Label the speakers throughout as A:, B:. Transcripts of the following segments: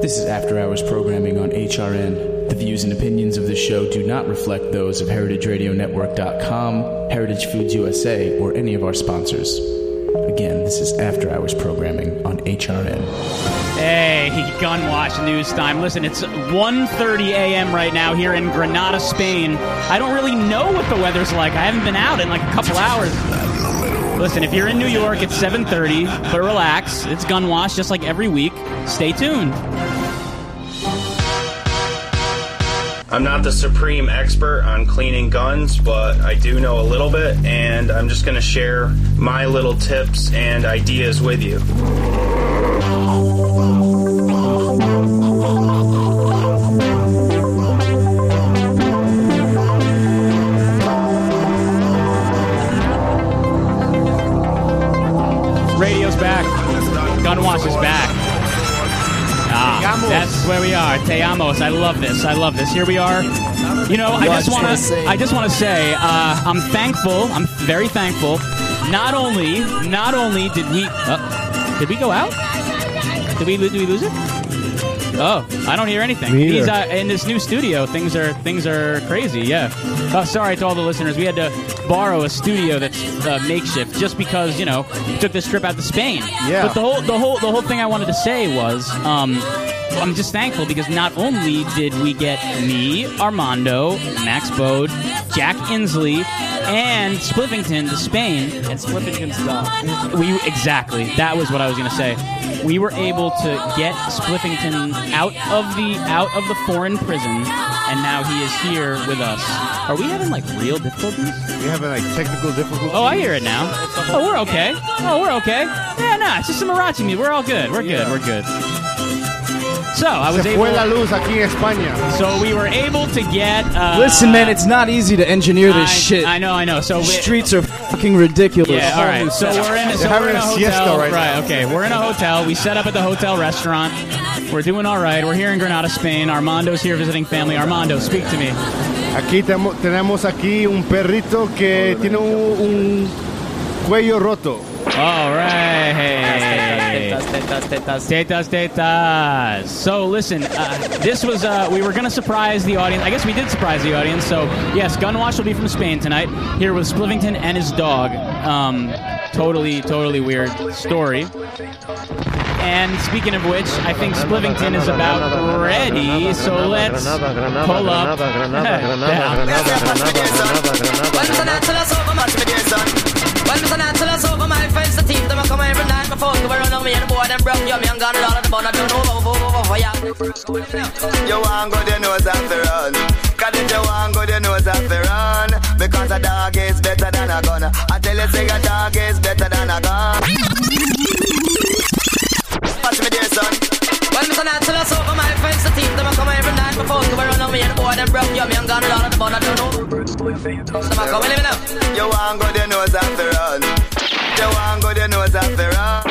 A: This is after hours programming on HRN. The views and opinions of this show do not reflect those of heritageradionetwork.com, Heritage Foods USA, or any of our sponsors. Again, this is after hours programming on HRN.
B: Hey, gun wash news time. Listen, it's 1.30 a.m. right now here in Granada, Spain. I don't really know what the weather's like. I haven't been out in like a couple hours. Listen, if you're in New York, it's 7.30, but relax. It's gun wash just like every week. Stay tuned.
C: I'm not the supreme expert on cleaning guns, but I do know a little bit, and I'm just going to share my little tips and ideas with you.
B: Radio's back. Gun wash is back. Ah, that's where we are. Te amos. I love this. I love this. Here we are. You know, I just want to. I just want to say uh, I'm thankful. I'm very thankful. Not only, not only did we. Uh, did we go out? Did we? lo- Did we lose it? Oh, I don't hear anything.
D: Me either.
B: These, uh, in this new studio, things are things are crazy. Yeah. Uh, sorry to all the listeners. We had to borrow a studio that's uh, makeshift just because you know we took this trip out to Spain.
D: Yeah.
B: But the whole the whole the whole thing I wanted to say was. Um, I'm just thankful because not only did we get me, Armando, Max Bode, Jack Insley, and Spliffington to Spain, and Spliffington's dog. We exactly that was what I was going to say. We were able to get Spliffington out of the out of the foreign prison, and now he is here with us. Are we having like real difficulties?
D: You having like technical difficulties?
B: Oh, I hear it now. Oh, we're okay. Oh, we're okay. Yeah, nah, it's just some mariachi music. We're all good. We're good. We're good. So I was
D: Se fue la
B: able.
D: luz aquí en España.
B: So we were able to get. Uh,
E: Listen, man, it's not easy to engineer
B: I,
E: this shit.
B: I know. I know. So we,
E: Streets are fucking ridiculous.
B: Yeah. All right. So we're in. So
D: They're
B: we're in a
D: having a siesta
B: hotel.
D: right now.
B: Okay. We're in a hotel. We set up at the hotel restaurant. We're doing all right. We're here in Granada, Spain. Armando's here visiting family. Armando, speak to me.
D: Aquí temo- tenemos aquí un perrito que tiene un, un cuello roto.
B: All right. Tetas, tetas. So listen, uh, this was uh, we were gonna surprise the audience. I guess we did surprise the audience. So yes, Gunwash will be from Spain tonight, here with Splivington and his dog. Um, totally, totally weird story. And speaking of which, I think Splivington is about ready. So let's pull up.
F: oh, You want go the nose off the run. Cause if you want go the nose off the run. Because a dog is better than a gun. I tell you, say a dog is better than a gun. Watch me, dear son. When me son I tell us over my friends, the team them a come every night. My phone go around on me and boy them broke. Yo, me and gone all of the bun. I don't know. Them a come with me now. You want go the nose off the run. You want go the nose off the run.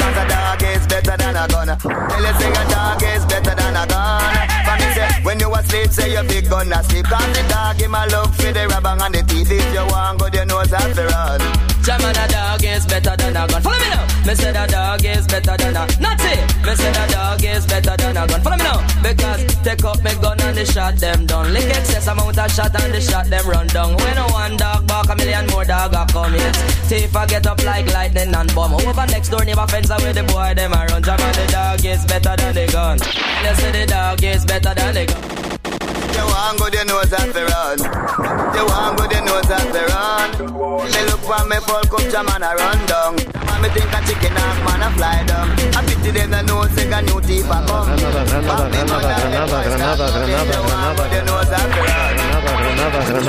F: Cause a dog is better than a gun. Tell you, say a dog is better than a gun. For me say, when you asleep, say your big gun asleep. Cause the dog him a look for the rubber and the teeth. If you want go the nose off the run. Jammin' a dog is better than a gun. Follow me now. Me say the dog is better than a Nazi. Me say the dog is better than a gun. Follow me now. Because take up me gun and they shot them down. Lick excess amount of shot and they shot them run down. When no one dog bark, a million more dog a come yet. Thief I get up like lightning and bomb. Over next door neighbor fence away the boy them a run. Jammin' the dog is better than the gun. They say the dog is better than the gun. You want go the nose at the run. You want go the nose at the run. Me look for me folk up jam and I run down. And me think a chicken and man a fly down. I pity them the nose take a new teeth a come. Pop me mother, them boys start shouting. You want go the nose at the run.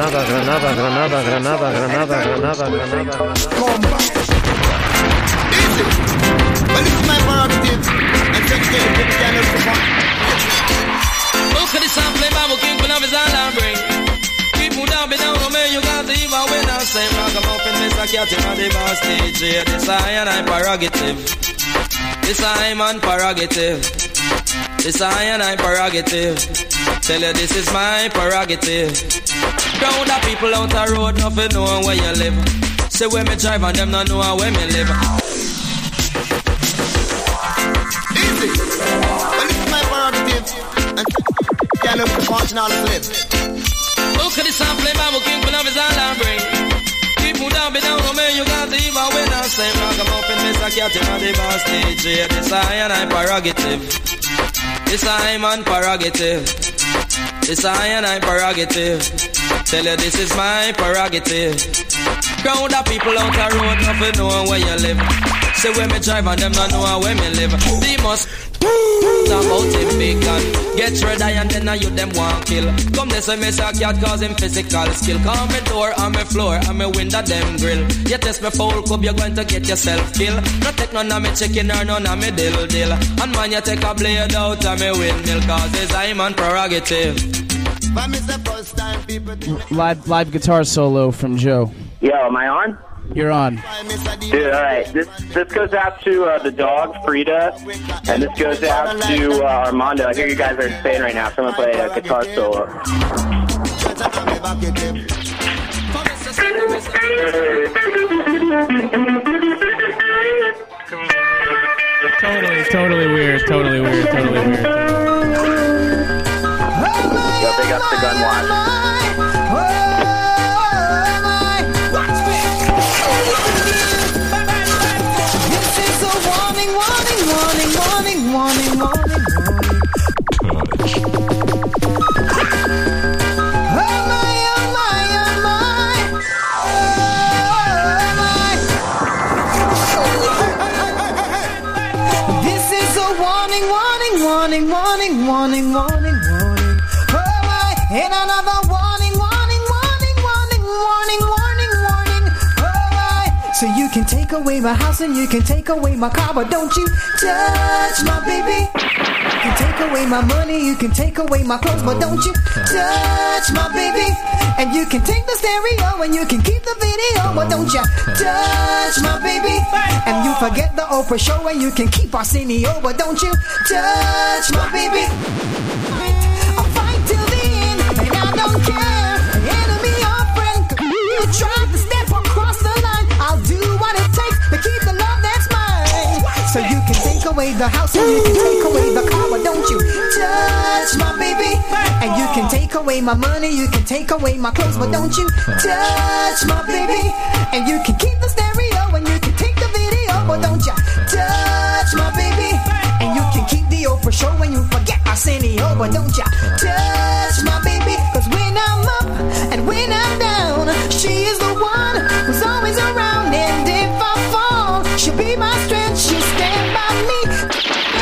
G: Busca the sample, vamos, que con la vez al hambre. People down below, oh man, you got the evil when I say rock 'em up and Mr. Cat on the bar stage. Yeah, this I and I prerogative. This I man prerogative. This I and I prerogative. Tell you this is my prerogative. Crowd of people out the road, nothing know where you live. Say where me drive and them not know where me live.
F: Easy. Well, it's my power
H: watching all the clips.
G: Look at the sample, man, we keep love is all I bring. People down below, oh man, you got the evil when I say, rock 'em up and miss a cat on the bar stage. Yeah, this I and I prerogative. This I man prerogative. This I and I prerogative. Tell you this is my prerogative. Crowd of people out the road, nothing know where you live. Say where me drive and them not know where me live. They must talk about him big gun. Get red eye and then I you them want kill. Come this way, me say cat cause him physical skill. Call me door on me floor and me window them grill. You test me foul cub, you're going to get yourself killed. Not take none of me chicken or none of me dill dill. And man, you take a blade out of me windmill cause it's I'm on prerogative.
H: But miss the first time people do me.
A: Live live guitar solo from Joe.
I: Yo, am I on?
A: You're on.
H: I miss a
I: Dude, all right. This this goes out to uh, the dog Frida, and this goes out to uh, Armando. I hear you guys are saying right now. Someone play a guitar solo.
B: Totally, totally weird. Totally weird. Totally weird.
I: Yo, big up to Gunwatch.
J: This is a warning, warning, warning, warning, warning, warning, warning. Oh my, and another warning, warning, warning, warning, warning, warning, warning. Oh my. So you can take away my house and you can take away my car, but don't you touch my baby. You can take away my money, you can take away my clothes, but don't you touch my baby. And you can take the stereo and you can keep the video, but don't you touch my baby. And you forget the Oprah show and you can keep Arsenio, but don't you touch my baby. I'll fight till the end, and I don't care. Enemy or friend, you try to step across the line. I'll do what it takes to keep the love that's mine. So you can take away the house and you can take away the car, but don't you touch my baby. And you can take away my money, you can take away my clothes, but don't you touch my baby. And you can keep the stereo and you can take the video, but don't you touch my baby. And you can keep the Oprah show when you forget Arsenio, but don't you touch my baby. Cause when I'm up and when I'm down, she is the one who's always around. And if I fall, she'll be my strength, she'll stand by me.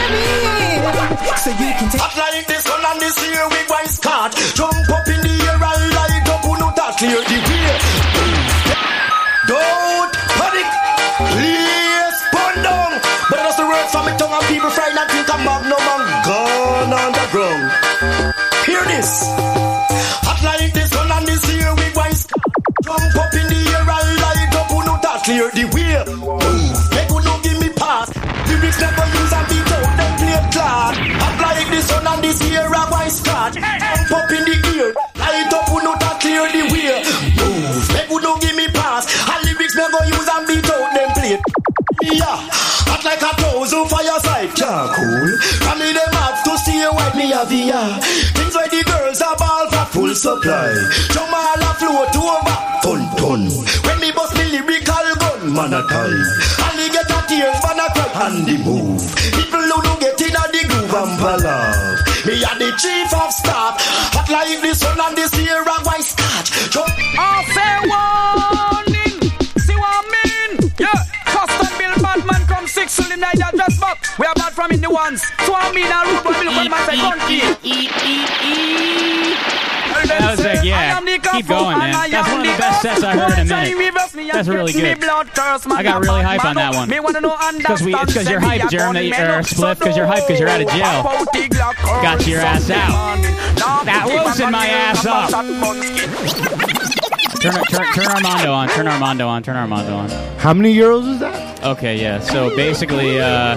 J: every year. So you can take
K: Hot like the sun and this year we wise card. Jump up in the air and light up, who know that clear the way. Don't panic, please burn down. But that's the words from my tongue and people frightened and think I'm magnum and gone on the ground. Hear this. Hot like the sun and this year we wise card. Jump up in the air and light up, who know that clear the way. Move, make who know give me pass. Lyrics never use and beat out them play clock. Hot like the sun and this year a wise card. Jump up in the air, light up who know that clear the way. Move, make who know give me pass. And lyrics never use and beat out them play. Yeah, hot like a thousand fire side. Yeah, cool. From me them have to see what me have here. Things where the girls are ball for full supply. Jump all a flow to over. Ton ton. When me bust me lyrical gun, man a time. And he get a tears, man a cry. And the move. People who do get in a the groove and ballad. Me a the chief of staff. Hot like the sun and the Sierra white scotch. Jump.
G: I say warning. See what I mean? Yeah. Custom built Batman come six cylinder yeah, just back. We are bad from in the ones. So I mean I root but we look at my second key.
B: That was like, yeah, keep going, man. That's one of the best sets I heard in a minute. That's really good. I got really hype on that one.
G: Because
B: we- it's 'cause you're hype, Jerm, that you- er, Spliff, 'cause you're hype 'cause you're out of jail. Got your ass out. That loosened my ass up. Turn, turn, turn Armando on. Turn Armando on. Turn Armando on.
D: How many euros is that?
B: Okay, yeah. So basically, uh,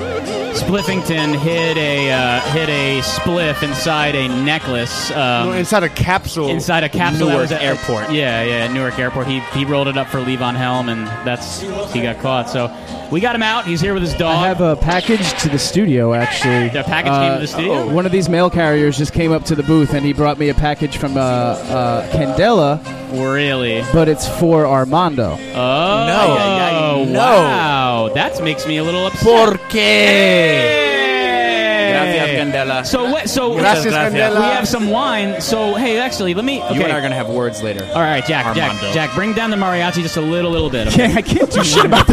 B: Spliffington hid a uh, hid a spliff inside a necklace. Um,
D: No, inside a capsule.
B: Inside a capsule. that
D: Newark
B: was at-
D: Airport.
B: Yeah, yeah, Newark Airport. He he rolled it up for Levon Helm, and that's he got caught. So we got him out. He's here with his dog.
A: I have a package to the studio, actually. The
B: package came to the studio?
A: One of these mail carriers just came up to the booth, and he brought me a package from uh, uh, Candela,
B: really?
A: but it's for Armando.
B: Oh no!
A: no.
B: Wow, that makes me a little upset.
L: Gracias, Candela.
B: So what? So
L: Muchas Gracias,
B: we
L: Candela.
B: have some wine. So hey, actually, let me. Okay.
L: You and I are gonna have words later.
B: All right, Jack,
L: Armando.
B: Jack, Jack, bring down the mariachi just a little, little bit. okay?
A: I can't do shit about the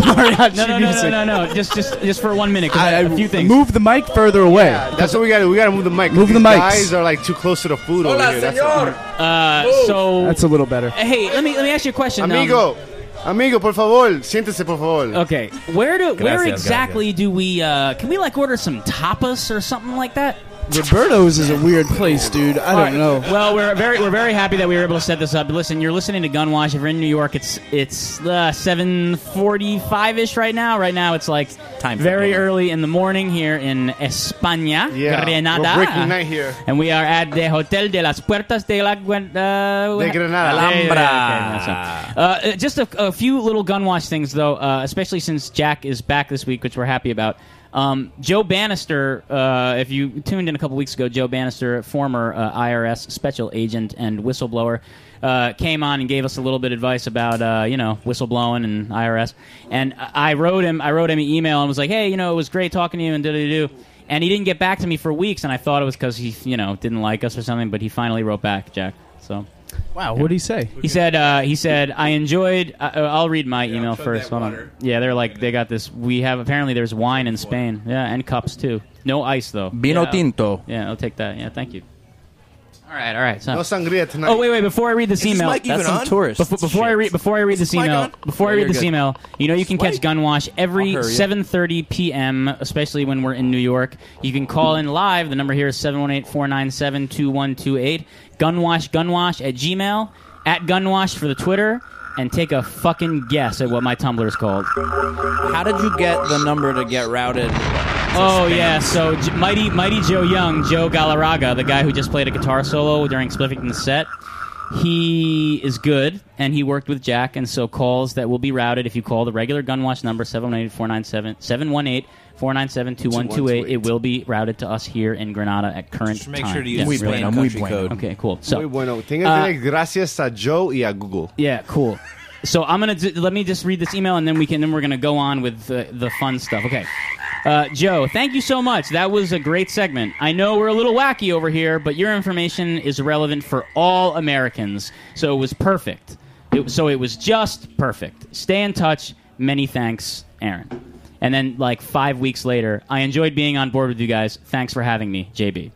A: mariachi
B: No, no, no, no, no, no, Just, just, just for one minute. 'cause I, a few things.
A: Move the mic further away.
D: That's what we got to We got to move the mic.
A: Move the
D: These
A: mics.
D: Guys are like too close to the food over here. That's
B: Uh, so
A: That's a little better.
B: Hey, let me let me ask you a question, um,
D: Amigo, amigo, por favor, siéntese, por favor.
B: Okay, where do where
D: Gracias,
B: exactly do we? Uh, can we like order some tapas or something like that?
A: Roberto's is a weird place, dude. I
B: All right.
A: don't know.
B: Well, we're very we're very happy that we were able to set this up. Listen, you're listening to Gunwash. If you're in New York, it's it's uh, 7:45 ish right now. Right now, it's like Time very early in the morning here in España,
D: Yeah,
B: Grenada.
D: we're breaking night here.
B: And we are at the Hotel de las Puertas de la Guen- uh,
D: De Granada.
B: Yeah, yeah, yeah,
D: Alhambra.
B: okay, that's it. Uh, uh, just a, a few little gunwash things, though, uh, especially since Jack is back this week, which we're happy about. Um, Joe Bannister, uh, if you tuned in a couple weeks ago, Joe Bannister, former uh, IRS special agent and whistleblower, uh, came on and gave us a little bit of advice about uh, you know whistleblowing and IRS. And I I wrote him, I wrote him an email and was like, hey, you know, it was great talking to you and da da da and he didn't get back to me for weeks, and I thought it was because he, you know, didn't like us or something. But he finally wrote back, Jack. So,
A: Wow, what did he say?
B: He said, uh, he said, I enjoyed. Uh, uh, I'll read my email first. Hold on. Yeah, they're like, they got this. We have apparently there's wine in Spain. Yeah, and cups too. No ice though.
L: Vino
B: Yeah.
L: tinto.
B: Yeah, I'll take that. Yeah, thank you. All right, all right. So.
D: No sangria tonight.
B: Oh wait, wait! Before I read this
D: Is this
B: email,
D: mic even That's some on? tourist
B: Before, before I read, before I read this
D: mic
B: email,
D: on?
B: before I
D: Yeah,
B: read
D: you're
B: this
D: good.
B: email, you know you can catch Gunwash every
L: I'll hurry up.
B: 7:30 p.m., especially when we're in New York. You can call in live. The number here is 718-497-2128. Gunwash, Gunwash at Gmail at Gunwash for the Twitter, and take a fucking guess at what my Tumblr is called.
L: How did you get the number to get routed?
B: Oh yeah, so J- mighty mighty Joe Young, Joe Galarraga, the guy who just played a guitar solo during Spliffington's set. He is good, and he worked with Jack, and so calls that will be routed if you call the regular Gunwatch number 718-497-2128. It will be routed to us here in Granada at current
L: Just make
B: time.
L: sure to use
B: Yes,
L: Muy
B: really.
L: bueno, muy bueno.
B: Okay, cool. So
D: Muy bueno. Tenga
B: uh,
D: que gracias a Joe y a Google.
B: yeah, cool. So I'm gonna d- let me just read this email, and then we can then we're gonna go on with the, the fun stuff. Okay, uh, Joe, thank you so much. That was a great segment. I know we're a little wacky over here, but your information is relevant for all Americans, so it was perfect. It, so it was just perfect. Stay in touch. Many thanks, Aaron. And then like five weeks later, I enjoyed being on board with you guys. Thanks for having me, JB.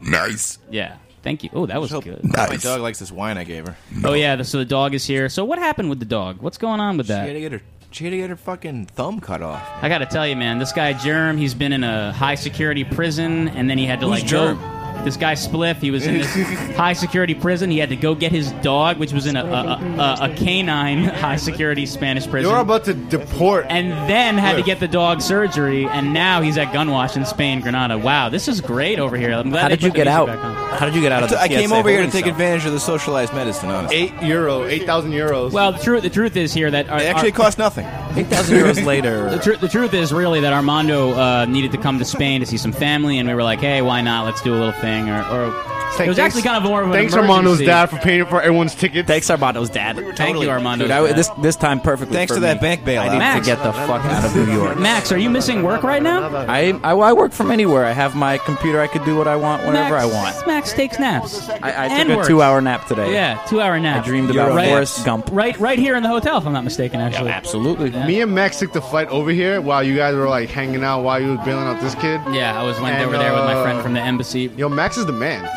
M: Nice.
B: Yeah, thank you. Oh, that was good.
M: My dog likes this wine I gave her.
B: Oh yeah, the, so the dog is here. So what happened with the dog? What's going on with
M: She had
B: that?
M: to get her. She had to get her fucking thumb cut off.
B: I gotta tell you, man, this guy Germ, he's been in a high security prison, and then he had to
M: Who's
B: like go-
M: Germ?
B: This guy Spliff, he was in this high security prison. He had to go get his dog, which was in a a, a, a canine high security Spanish prison.
D: You're about to deport,
B: and then had to
D: Spliff.
B: get the dog surgery, and now he's at Gunwash in Spain, Granada. Wow, this is great over here. I'm glad.
L: How
B: they
L: did you
B: put the
L: get
B: music
L: out?
B: back on.
L: How did you get out of? The
M: I came
L: TSA
M: over here to
L: holding
M: take
L: cell?
M: advantage of the socialized medicine. Honestly,
D: Eight euro, eight thousand euros.
B: Well, the truth the truth is here that our,
M: it actually
B: our-
M: cost nothing.
L: Eight thousand euros later.
B: The, tr- the truth is really that Armando uh, needed to come to Spain to see some family, and we were like, "Hey, why not? Let's do a little thing." Or, or it was
D: Thanks-
B: actually kind of more of an
D: Thanks,
B: emergency.
D: Armando's dad, for paying for everyone's tickets.
L: Thanks, Armando's dad.
B: Thank you, Armando.
L: Dude, I, w- this this time perfectly.
M: Thanks
L: for
M: to that
L: me.
M: bank bailout.
L: I need
B: Max.
L: to get the fuck out of New York.
B: Max, are you missing work right now?
L: I, I, I work from anywhere. I have my computer. I could do what I want whenever
B: Max,
L: I want.
B: Max takes naps.
L: I, I
B: And
L: took a
B: works.
L: two-hour nap today.
B: Yeah, two hour nap.
L: I dreamed about
B: right,
L: Forrest Gump.
B: Right, right here in the hotel, if I'm not mistaken. Actually,
L: Absolutely.
D: Me and Max took the flight over here while you guys were like hanging out while you were bailing out this kid.
B: yeah, I was went
D: And,
B: over there with my
D: uh,
B: friend from the embassy.
D: Yo, Max is the man.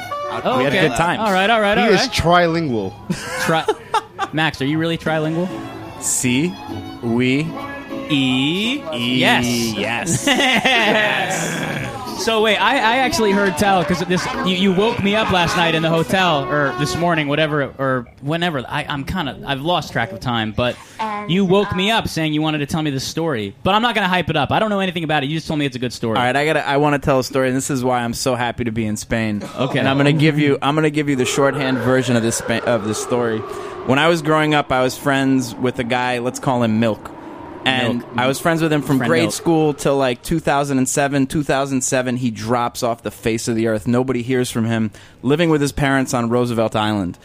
B: Oh,
L: we had
B: okay.
L: good times.
B: All right, all right,
D: he
B: all
D: is
B: right.
D: trilingual.
B: Tri- Max, are you really trilingual?
L: See, we E,
B: E. Yes.
L: yes.
B: So wait, I, I actually heard tell because this you, you woke me up last night in the hotel or this morning, whatever or whenever. I, I'm kind of I've lost track of time, but you woke me up saying you wanted to tell me this story, but I'm not gonna hype it up. I don't know anything about it. You just told me it's a good story.
L: All right, I got. to I want to tell a story, and this is why I'm so happy to be in Spain.
B: Okay.
L: and I'm gonna give you. I'm gonna give you the shorthand version of this spa- of this story. When I was growing up, I was friends with a guy. Let's call him Milk. And
N: Milk.
L: I was friends with him from
N: Friend
L: grade
N: Milk.
L: school till like 2007. 2007, he drops off the face of the earth. Nobody hears from him. Living with his parents on Roosevelt Island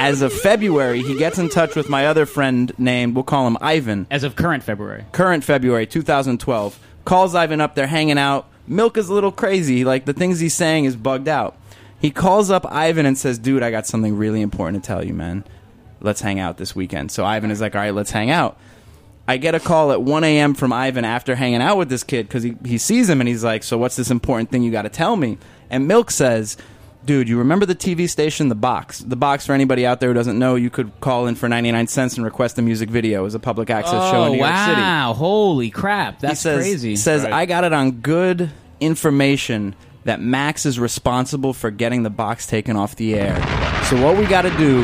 L: as of February, he gets in touch with my other friend named, we'll call him Ivan.
B: As of current February.
L: Current February, 2012. Calls Ivan up, they're hanging out. Milk is a little crazy. Like, the things he's saying is bugged out. He calls up Ivan and says, Dude, I got something really important to tell you, man. Let's hang out this weekend. So Ivan is like, All right, let's hang out. I get a call at 1 a.m. from Ivan after hanging out with this kid because he, he sees him and he's like, So, what's this important thing you got to tell me? And Milk says, Dude, you remember the TV station The Box? The Box, for anybody out there who doesn't know, you could call in for 99 cents and request a music video as a public access show in New York City.
B: Oh, wow! Holy crap! That's
L: He says,
B: crazy.
L: Says I got it on good information that Max is responsible for getting the box taken off the air. So what we got to do,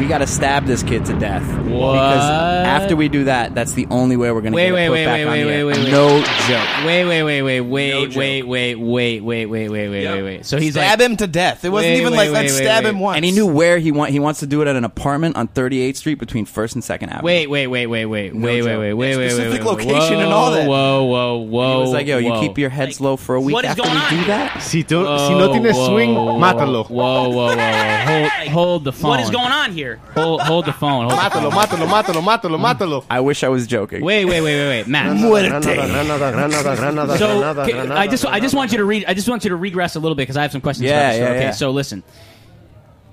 L: we got to stab this kid to death. Because after we do that, that's the only way we're going to
B: Wait,
L: get
B: wait,
L: it put
B: wait,
L: back
B: wait,
L: on
B: wait,
L: the
B: wait,
L: air.
B: wait, wait.
L: No joke.
B: Wait, wait, wait, wait, wait, wait, wait, wait, wait, wait, wait, wait, wait, wait. So he's
M: Stab
B: like,
M: him to death. It wasn't
B: Wait,
M: even
B: wait,
M: like
B: wait,
M: let's
B: wait,
M: stab
B: wait.
M: him once.
L: And he knew where he want. He wants to do it at an apartment on 38th Street between First and Second Avenue.
B: Wait, wait, wait, wait, wait, wait, wait, wait, wait, wait, wait,
L: Specific
B: wait,
L: location
B: whoa,
L: and all that.
B: Whoa, whoa, whoa!
L: He was like, "Yo,
B: whoa.
L: you keep your heads low for a week
B: what is
L: after
B: going
L: we do that."
D: Si, tu- si no tienes swing, mátalo.
B: Whoa, whoa, whoa, whoa! Hold, hold the phone.
D: What is
B: going on here? Mm. Hold, hold the phone. Hold
D: Mátalo, mátalo, mátalo, mátalo, mátalo.
L: I wish I was joking.
B: Wait, wait, wait, wait, wait, Matt. so ca- I just I just want you to read I just want you to regress a little bit because I have some questions.
L: Yeah,
B: about this.
L: yeah,
B: okay,
L: yeah.
B: so listen,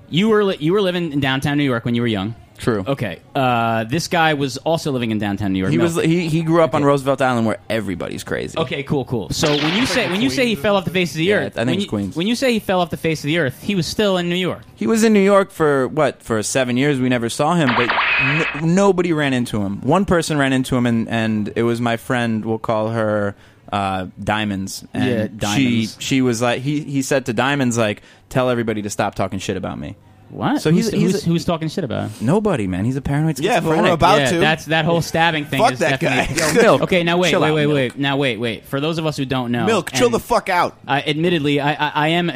B: you were li- you were living in downtown New York when you were young.
L: True.
B: Okay. Uh, this guy was also living in downtown New York.
L: He
B: No.
L: was he, he grew up on Roosevelt Island where everybody's crazy.
B: Okay, cool, cool. So when you say when you say he fell off the face of the earth,
L: I
B: when
L: think it's
B: you-
L: Queens.
B: When you say he fell off the face of the earth, he was still in New York.
L: He was in New York for what? For seven years, we never saw him, but n- nobody ran into him. One person ran into him, and, and it was my friend. We'll call her uh, Diamonds. And
B: Yeah, Diamonds.
L: She she was like he he said to Diamonds like tell everybody to stop talking shit about me.
B: What?
L: So he's
B: Who's-
L: he's
B: who's- who's talking shit about him?
L: Nobody, man. He's a paranoid. schizophrenic.
B: Yeah, That's that whole stabbing thing.
L: Fuck
B: is
L: that guy.
B: definitely,
L: Yo, Milk,
B: Okay, now wait,
L: chill
B: wait,
L: out,
B: wait,
L: Milk.
B: wait. Now wait, wait. For those of us who don't know,
M: Milk, chill the fuck out.
B: I, admittedly, I, I, I am.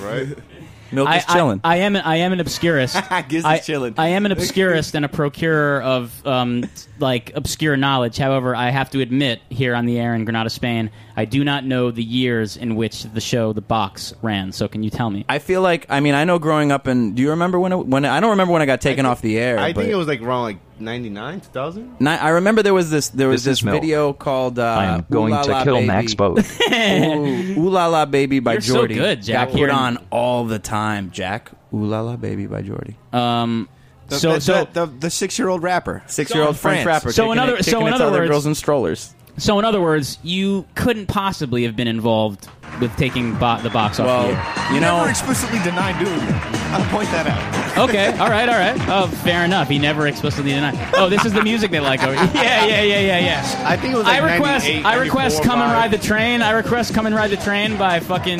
M: right.
L: Milk
B: I,
L: is chilling.
B: I, I am. An, I am an obscurist.
L: Giz is
B: I,
L: chilling.
B: I am an obscurist and a procurer of um, like obscure knowledge. However, I have to admit here on the air in Granada, Spain, I do not know the years in which the show The Box ran. So can you tell me?
L: I feel like I mean I know growing up and do you remember when it, when I don't remember when I got taken off the air.
D: I
L: but-
D: think it was like around like 99, 2000.
L: Ni- I remember there was this there was
D: This
L: this,
D: is milk.
L: video called uh,
D: I am going
L: Ooh La
D: to
L: La
D: kill
L: Baby.
D: Max Boat.
L: Ooh, Ooh La La Baby by
B: You're so
L: Jordy.
B: good, Jack.
L: Got put
B: You're-
L: on all the time, Jack. Ooh La La Baby by Jordy.
B: Um,
M: The,
L: so-
M: the,
L: so-
M: the, the, the six-year-old rapper,
L: Six-year-old French rapper.
B: So
L: kicking
B: in other-
L: it, kicking
B: so in
L: it to
B: other
L: other
B: words-
L: girls in strollers.
B: So in other words, you couldn't possibly have been involved with taking bo- the box off.
L: Well,
B: the air.
L: you know-
M: Never explicitly denied doing that. I'll point that out.
B: okay, all right, all right. Oh, fair enough. He never explicitly denied. Oh, this is the music they like. Over- yeah, yeah, yeah, yeah, yeah.
D: I think it was like
B: I request,
D: 98,
B: I request,
D: 94,
B: come and
D: five.
B: ride the train. I request, come and ride the train by fucking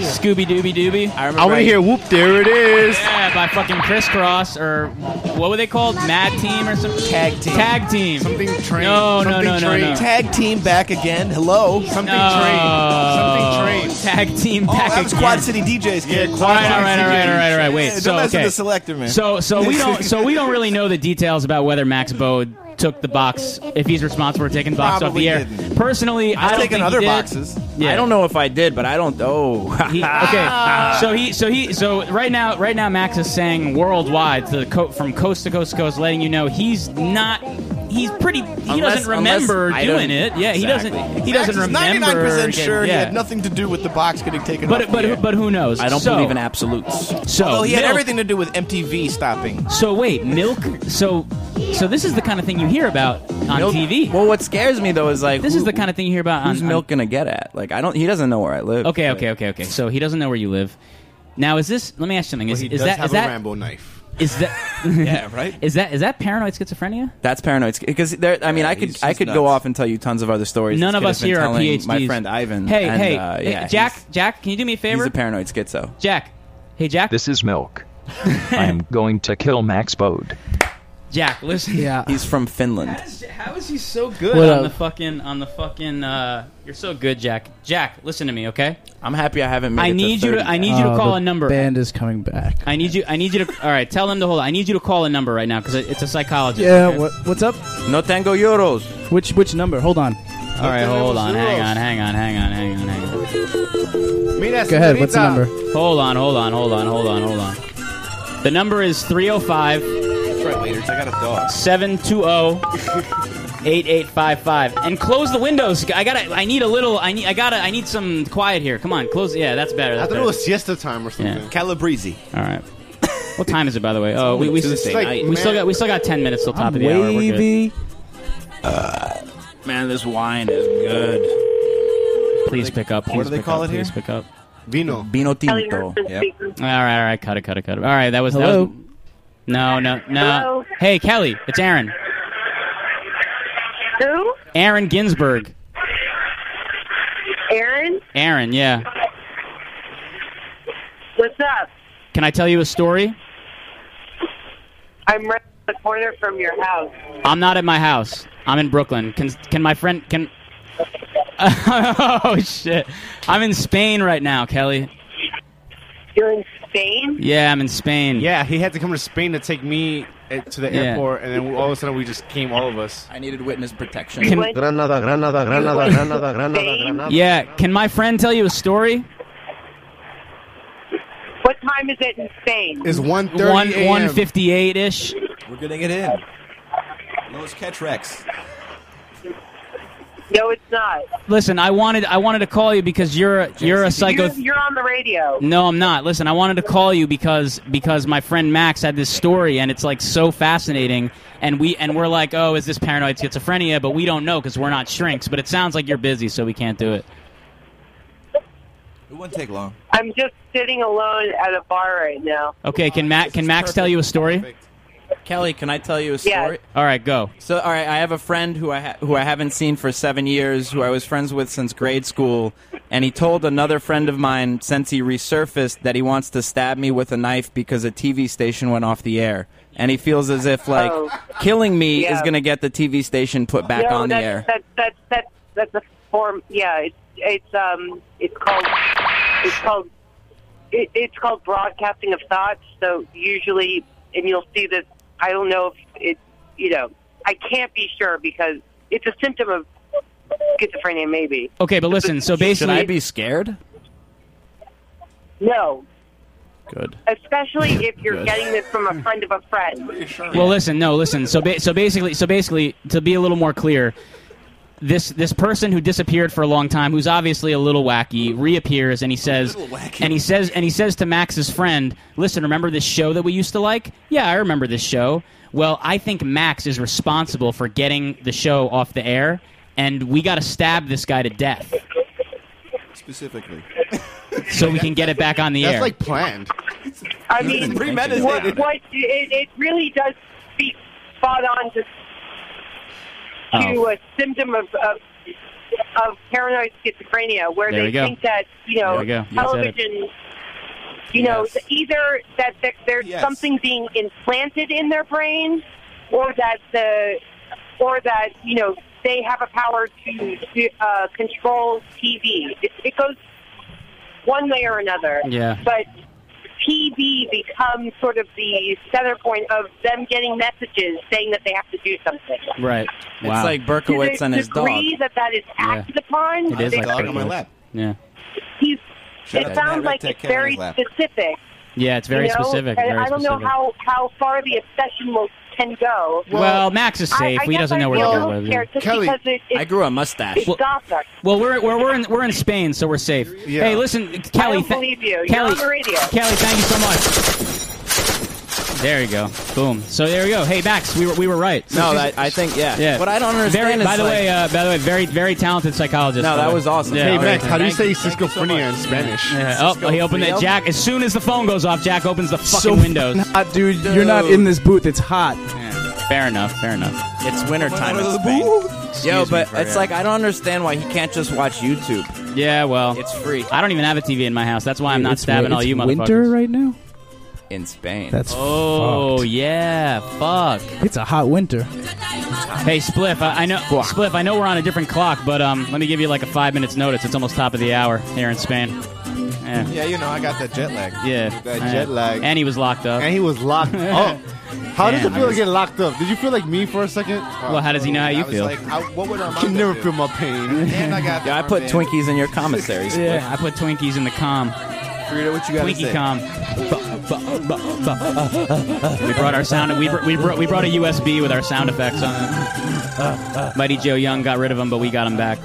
B: Scooby Dooby Dooby. I
D: I want to hear whoop, there it is.
B: Yeah, by fucking crisscross or what were they called? Mad team or something? Tag team. Tag team. Something train. No, no,
M: Something
B: no, no,
M: train.
B: no.
M: Tag team back again. Hello. Something
B: No. Tag team
M: Oh,
B: back
M: that was
B: again.
M: Quad City DJs. kid.
B: all right, all right, all right, all right, all right. Wait,
M: Yeah,
B: so
M: don't mess
B: okay.
M: with the selector, man.
B: So, so we don't, so we don't really know the details about whether Max Bode took the box, if he's responsible for taking the box off
L: Probably
B: the air.
L: didn't.
B: Personally, I
L: I've
B: don't
L: taken
B: think he
L: other
B: did.
L: boxes.
B: Yeah.
L: I don't know if I did, but I don't. Oh,
B: He- okay, so he, so he, so right now, right now, Max is saying worldwide to the co- from coast to coast to coast, letting you know he's not. He's pretty. He
L: Unless-
B: doesn't remember
L: unless I
B: doing it.
L: don't-
B: Yeah, he doesn't.
L: Exactly.
B: He
M: Max
B: doesn't
M: is
B: remember.
M: 99%
B: yeah.
M: sure he had nothing to do with the box getting taken
B: But-
M: off.
B: but
M: the
B: who-
M: air.
B: but who knows?
L: I don't
B: So-
L: believe in absolutes.
B: So
M: Although he had
B: Milk-
M: everything to do with MTV stopping.
B: So wait, milk. So so this is the kind of thing you hear about on
L: Milk-
B: TV.
L: Well, what scares me though is like
B: This
L: who-
B: is the kind of thing you hear about on,
L: Who's Milk gonna get at? Like I don't. He doesn't know where I live.
B: on Okay, okay, okay, okay. So he doesn't know where you live. Now is this? Let me ask you something. Is,
D: He
B: is
D: does
B: that
D: have
B: is that
D: a Rambo knife.
B: Is that yeah right? Is that is that paranoid schizophrenia?
L: That's paranoid because there. I mean, I could
B: he's-
L: I
B: he's
L: could go
B: nuts.
L: off and tell you tons of other stories.
B: None
L: this
B: of
L: kid
B: us
L: has been
B: here are
L: telling
B: PhDs.
L: My friend Ivan.
B: Hey,
L: and,
B: hey,
L: uh,
B: hey,
L: yeah,
B: Jack, Jack, can you do me a
L: he's,
B: favor?
L: he's a paranoid schizo.
B: Jack, hey Jack,
N: This is Milk. I am going to kill Max Bode.
B: Jack, listen.
A: Yeah,
L: he's from Finland.
B: How is he so good
L: What
B: on
L: up?
B: the fucking on the fucking? Uh, you're so good, Jack. Jack, listen to me, okay?
L: I'm happy I haven't.
A: made
B: I
A: it to
B: need you to.
A: 30
B: I need you to
A: yet.
B: call
A: Oh,
B: a
A: the
B: number.
A: Band is coming back.
B: I need you. I need you to. All right, tell them to hold. on. I need you to call a number right now because it's a psychologist.
A: Yeah,
B: okay?
A: what, what's up?
L: No tengo euros.
A: Which which number? Hold on.
B: All right, hold on. Hang on. Hang on. Hang on. Hang on. Hang on.
D: Mira,
A: Go ahead, what's the
D: señorita.
A: number?
B: Hold on, hold on, hold on, hold on, hold on. The number is 305
M: That's right, waiters. I got a dog.
B: 720 8855. And close the windows. I got to I need a little I need I got to I need some quiet here. Come on, close. Yeah, that's better.
D: I
B: That's
D: thought
B: better.
D: it was siesta time or something.
M: Calabrese.
B: All right. What time is it by the way? Oh, we we,
D: It's like,
B: we still got we still got 10 minutes till top of the hour. We're good.
L: Wavy. Man, this wine is good.
B: Please pick up. Please
L: What do they
B: pick
L: call
B: up,
L: it here?
B: Please pick up.
D: Vino.
L: Vino tinto.
B: All right, all right. Cut it, cut it, cut it. All right, that was that
L: Hello?
B: was No, no, no.
O: Hello?
B: Hey, Kelly, it's Aaron.
O: Who?
B: Aaron Ginsburg.
O: Aaron?
B: Aaron, yeah.
O: What's up?
B: Can I tell you a story?
O: I'm right around the corner from your house.
B: I'm not at my house. I'm in Brooklyn. Can can my friend can? oh shit! I'm in Spain right now, Kelly.
O: You're in Spain?
B: Yeah, I'm in Spain.
D: Yeah, he had to come to Spain to take me uh, to the
B: Yeah.
D: airport, and then all of a sudden we just came, all of us.
L: I needed witness protection.
B: Can-
D: Granada, Granada, Granada, Granada, Granada, Granada.
B: Yeah, can my friend tell you a story?
O: What time is it in Spain?
D: It's 1:30
B: One
D: a.m..
B: one fifty eight ish.
M: We're getting it in. Los catch Rex.
O: No, it's not.
B: Listen, I wanted I wanted to call you because you're a, you're a psycho.
O: You're, you're on the radio.
B: No, I'm not. Listen, I wanted to call you because because my friend Max had this story and it's like so fascinating and we and we're like, "Oh, is this paranoid schizophrenia?" but we don't know cuz we're not shrinks, but it sounds like you're busy so we can't do it.
M: It wouldn't take long.
O: I'm just sitting alone at a bar right now.
B: Okay, can Max can Max tell you a story?
L: Kelly, can I tell you a
O: Yeah.
L: story?
B: All right, go.
L: So, all right, I have a friend who I ha- who I haven't seen for seven years, who I was friends with since grade school, and he told another friend of mine since he resurfaced that he wants to stab me with a knife because a TV station went off the air, and he feels as if like
O: Oh.
L: killing me
O: Yeah.
L: is going to get the TV station put back
O: no,
L: on the
O: that's,
L: air.
O: That's that's that's that's a form. Yeah, it's it's um it's called it's called it, it's called broadcasting of thoughts. So usually, and you'll see this. I don't know if it. You know, I can't be sure because it's a symptom of schizophrenia, maybe.
B: Okay, but listen, so basically
L: Should I be scared?
O: No,
L: Good.
O: especially if you're
B: Good.
O: getting this from a friend of a friend.
B: Well, listen, no, listen. So ba- so basically, so basically to be a little more clear, this this person who disappeared for a long time, who's obviously a little wacky, reappears and he says and he says and he says to Max's friend, "Listen, remember this show that we used to like? Yeah, I remember this show. Well, I think Max is responsible for getting the show off the air, and we got to stab this guy to death
M: Specifically.
B: so we can get it back on the
M: That's
B: air."
M: like
D: planned.
O: I mean,
M: premeditated.
O: What, what it, it really does speak spot on to to
B: Oh.
O: a symptom of, of of paranoid schizophrenia, where
B: There
O: they
B: we go.
O: think that you
B: There
O: know
B: we go. You said it.
O: television. You know,
B: Yes.
O: either that th- there's
B: Yes.
O: something being implanted in their brain, or that the, or that you know they have a power to, to uh, control TV. It, it goes one way or another.
B: Yeah.
O: But TV becomes sort of the center point of them getting messages saying that they have to do something.
B: right. Wow.
L: It's like Berkowitz
O: to the
L: and his dog.
O: degree that that is acted upon,
B: It is
O: they-
B: like
M: dog on my
B: Berkowitz.
M: lap.
B: Yeah.
O: he's,
M: Shout out to
O: it
M: Matt
O: sounds like
M: Redtack
O: it's
M: carrying
O: very
M: his lap.
O: specific.
B: Yeah, it's very
O: you know?
B: specific.
O: And
B: very
O: I don't
B: specific.
O: know how, how far the obsession will can go.
B: Well, Max is
O: I-
B: safe.
O: I
B: he
O: guess
B: doesn't
O: I
B: know where
O: feel
B: to
O: a
B: go
O: little
B: live.
O: scared just
L: Kelly,
O: because it, it,
L: I grew a mustache.
O: it's gossip.
B: Well, we're, we're, we're in we're in Spain, so we're safe.
L: Yeah.
B: Hey, listen, Kelly.
O: I don't
B: tha-
O: believe you.
B: Kelly,
O: You're on the radio.
B: Kelly, thank you so much. There you go. Boom. So there we go. Hey, Max, we were, we were right.
L: No, that- I think- yeah. What I don't understand
B: Very-
L: is,
B: by the
L: like-
B: way, uh, by the way, very very talented psychologist.
L: No,
B: by
L: that
B: the way.
L: was awesome.
B: Yeah.
L: Hey,
D: Max, how do you
B: Thank
D: say schizophrenia in Spanish?
B: Yeah. Oh, he opened it. Jack. As soon as the phone goes off, Jack opens the fucking
A: So
B: windows.
A: fucking hot, dude. You're not in this booth. It's hot.
B: Fair enough. Fair enough.
L: It's winter time. in Spain. Yo,
B: Excuse me
L: but
B: for-
L: it's like I don't understand why he can't just watch YouTube.
B: Yeah, well, it's free. I don't even have a TV in my house. That's why I'm not
A: It's
B: stabbing
A: wi-
B: all
A: it's
B: you
A: winter
B: motherfuckers.
A: right now.
L: In Spain.
A: That's
B: oh yeah, fuck.
A: It's a hot winter.
B: Hey Spliff, I, I know Spliff, I know we're on a different clock, but um, let me give you like a five minutes notice. It's almost top of the hour here in Spain. Yeah,
M: Yeah, you know, I got that jet lag.
B: yeah.
M: That
B: Yeah.
M: jet lag.
B: and he was locked up.
D: And he was locked up. How does
B: Damn.
D: it feel to get locked up? Did you feel like me for a second?
B: Well, how does he know how you
D: I was
B: feel?
D: Like,
M: I, what would
D: I
M: Armando
D: can never
M: do?
D: feel my pain.
M: And I got
L: Yeah, I put
M: Armando.
L: Twinkies in your commissary.
B: yeah, I put Twinkies in the com.
M: Frida, what you got
B: Twinkie com. We brought our sound. We, br- we brought we brought a USB with our sound effects on it. Mighty Joe Young got rid of them, but we got them back.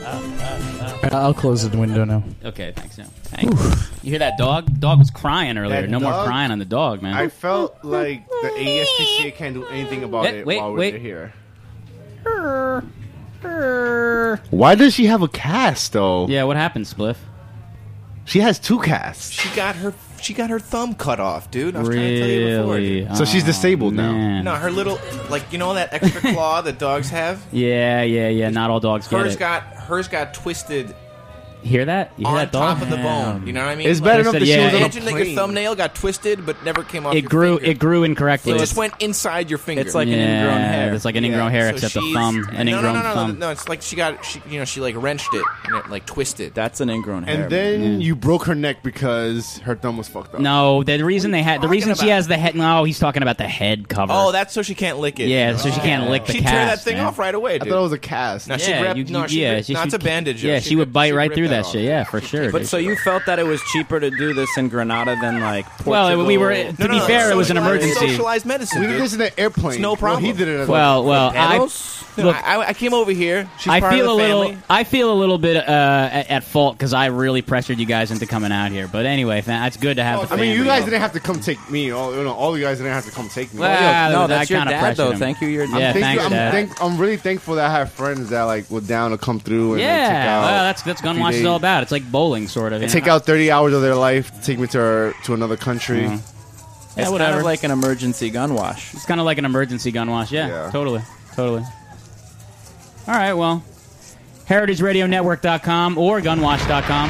A: I'll close the window now.
B: Okay, thanks. No, thanks. You hear that dog? Dog was crying earlier.
D: That
B: no more
D: dog-
B: crying on the dog, man.
D: I felt like the ASPCA can't do anything about
B: Wait,
D: it
B: wait,
D: while
B: wait.
D: we were here. Why does she have a cast though?
B: Yeah, what happened, Spliff?
D: She has two casts.
M: She got her. She got her thumb cut off, dude. I was trying to tell you before.
B: Really? Oh,
M: dude.
D: So she's disabled now.
M: No, her little, like you know that extra claw that dogs have.
B: Yeah, yeah, yeah. Not all dogs get
M: Hers
B: it.
M: got hers got twisted
B: Hear that? You hear
M: on
B: that dog?
M: top of the bone. You know what I mean?
B: It's better enough that she was on a
M: Imagine that
B: plane.
M: your thumbnail got twisted but never came off.
B: It
M: your
B: grew.
M: Finger.
B: It grew incorrectly.
M: It just went inside your finger.
B: It's like an Yeah, ingrown hair. it's like an ingrown hair except a
M: she's-
B: thumb, an
M: no,
B: ingrown
M: no, no, no,
B: thumb.
M: No, it's like she got. She, you know, she like wrenched it and it like twisted.
L: That's an ingrown
D: And then you broke her neck because her thumb was fucked up.
B: No, the reason they had the reason she
D: about?
B: has the head. No, he's talking about the head cover.
M: Oh, that's so she can't lick it.
B: Yeah, so she can't lick the
M: She tore that
B: cast,
M: thing
B: man.
M: off right away.
D: I
M: Dude.
D: thought it was a cast.
M: No, she ripped.
B: you-
M: no,
B: you-
M: she
B: yeah,
M: ripped.
B: she-
M: No, it's
B: she-
M: a bandage.
B: Yeah, she, would bite right through that,
M: off.
B: shit. Yeah, for sure.
L: But
B: dude.
L: so you felt that it was cheaper to do this in Granada than like Portugal?
B: Well, we were- to be fair, it was an
M: socialized-
B: emergency.
M: Socialized medicine.
D: We did
M: dude.
D: this in an airplane.
M: It's no
D: Well,
M: problem.
D: he did it as
B: Well, well, I-
M: No,
B: look-
M: I, I came over here. She's
B: I
M: part
B: feel
M: of
B: a
M: the
B: little.
M: family.
B: I feel a little bit uh, at, at fault because I really pressured you guys into coming out here. But anyway, fa- that's good to
M: Oh,
B: have. the
D: Oh, I mean, you
B: family.
D: guys didn't have to come take me. All, you know, all you guys didn't have to come take me.
B: Well,
D: Yeah,
B: no, that's your dad, though. Thank you, your-
D: I'm
B: Yeah,
D: thank
B: thanks,
D: you.
B: Dad.
D: I'm, thank, I'm really thankful that I have friends that like were down to come through and like, check
B: Yeah,
D: out.
B: well, that's that's gun
D: if
B: watch is
D: they-
B: all about. It's like bowling, sort of. you
D: and take
B: know?
D: out 30 hours of their life to take me to our, to another country.
B: Mm-hmm. Yeah,
L: it's kind
B: whatever.
L: of like an emergency gun wash.
B: It's kind of like an emergency gun wash. Yeah,
L: Yeah.
B: totally, totally. All right, well, heritageradionetwork.com or gunwash.com.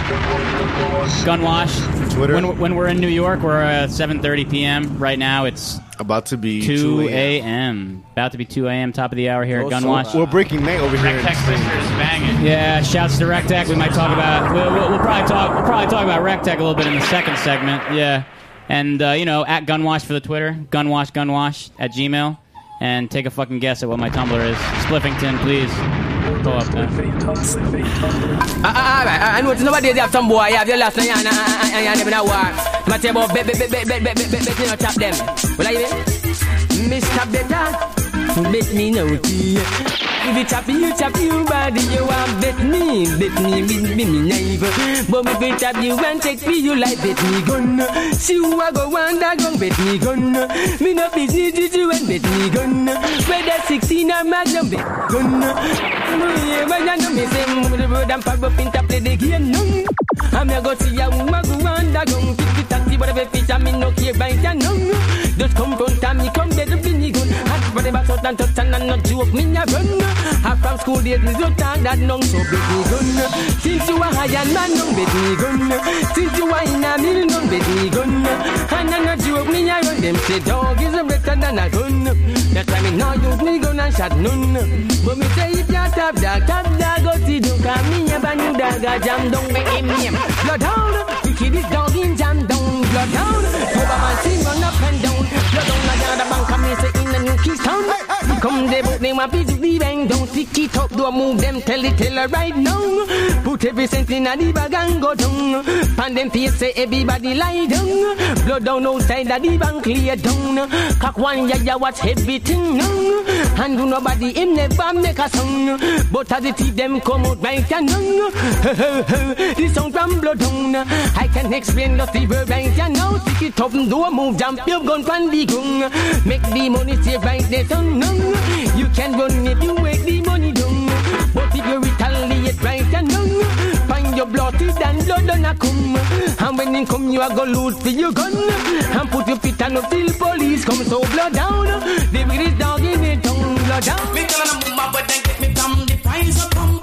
B: Gunwash.
D: Twitter.
B: When, when we're in New York, we're at 7:30 p.m. Right now, it's
D: About to be
B: 2
D: 2
B: a.m. About to be 2 a.m. Top of the hour here at Gunwash.
D: We're breaking night over here. in Spain.
B: Yeah, shouts to Rectech. We might talk about. We'll, we'll, we'll probably talk. We'll probably talk about Rectech a little bit in the second segment. Yeah, and uh, you know, at Gunwash for the Twitter, Gunwash Gunwash at Gmail, and take a fucking guess at what my Tumblr is. Spliffington, please. Go up there.
H: Ah, ah, ah, ah, I know it's nobody they have some boy, you have your last name, and I never know why. My table, bet, bet, bet, bet, bet, bet, bet, bet, bet, you know, chop them. What are you doing? Mr. Better, bet me no tea. If you chop you, chop you, body, you want bet me, bet me, with me, me neighbor. But if you chop you and take me, you like bet me gun. See who I go and I go bet me gun. Me no business with you and bet me gun. Whether 16 or mad, you bet gun. I'm a go see a woman go underground Pick the taxi, whatever fish I'm in, no care by the none Just come from time, me come there to be me good Hot for the bass out and touch and I'm not joke, me a run Half from school days, me so tired that none so big me gun Since you a high man, none big me gun Since you a in a mill, none big me gun And I'm not joke, me a run Them say dog is better than a gun That's why me not use me gun and shot none but me say if you top dog, top dog go to do Cause me a band dog a jam down with him name Bloodhound, we kill this dog in jam down Bloodhound, Doberman see run up and down Bloodhound a down the bank and me say in a new Kingstown Here Come they but they want me to be bang down Pick it up, do a move them, tell it, tell her right now Put every cent in a the bag and go down Pan them face say everybody lie down Blood down outside a the bank clear down Cock one yeah yeah watch everything now And do nobody him never make a song But as the thief them come out right and none This sound from
P: blow down. I can explain the fever right ya now. Stick it up, do a move, jump your gun from the gung. Make the money save right there, son. no. You can run if you make the money down. But if you retaliate right ya now, find your blooded and blood on a come. And when it come, you are gonna lose for your gun. And put your feet on up till police come. So blood down, the biggest dog in the town, blood down.
Q: Me tell them move but then get me from the Pfizer come.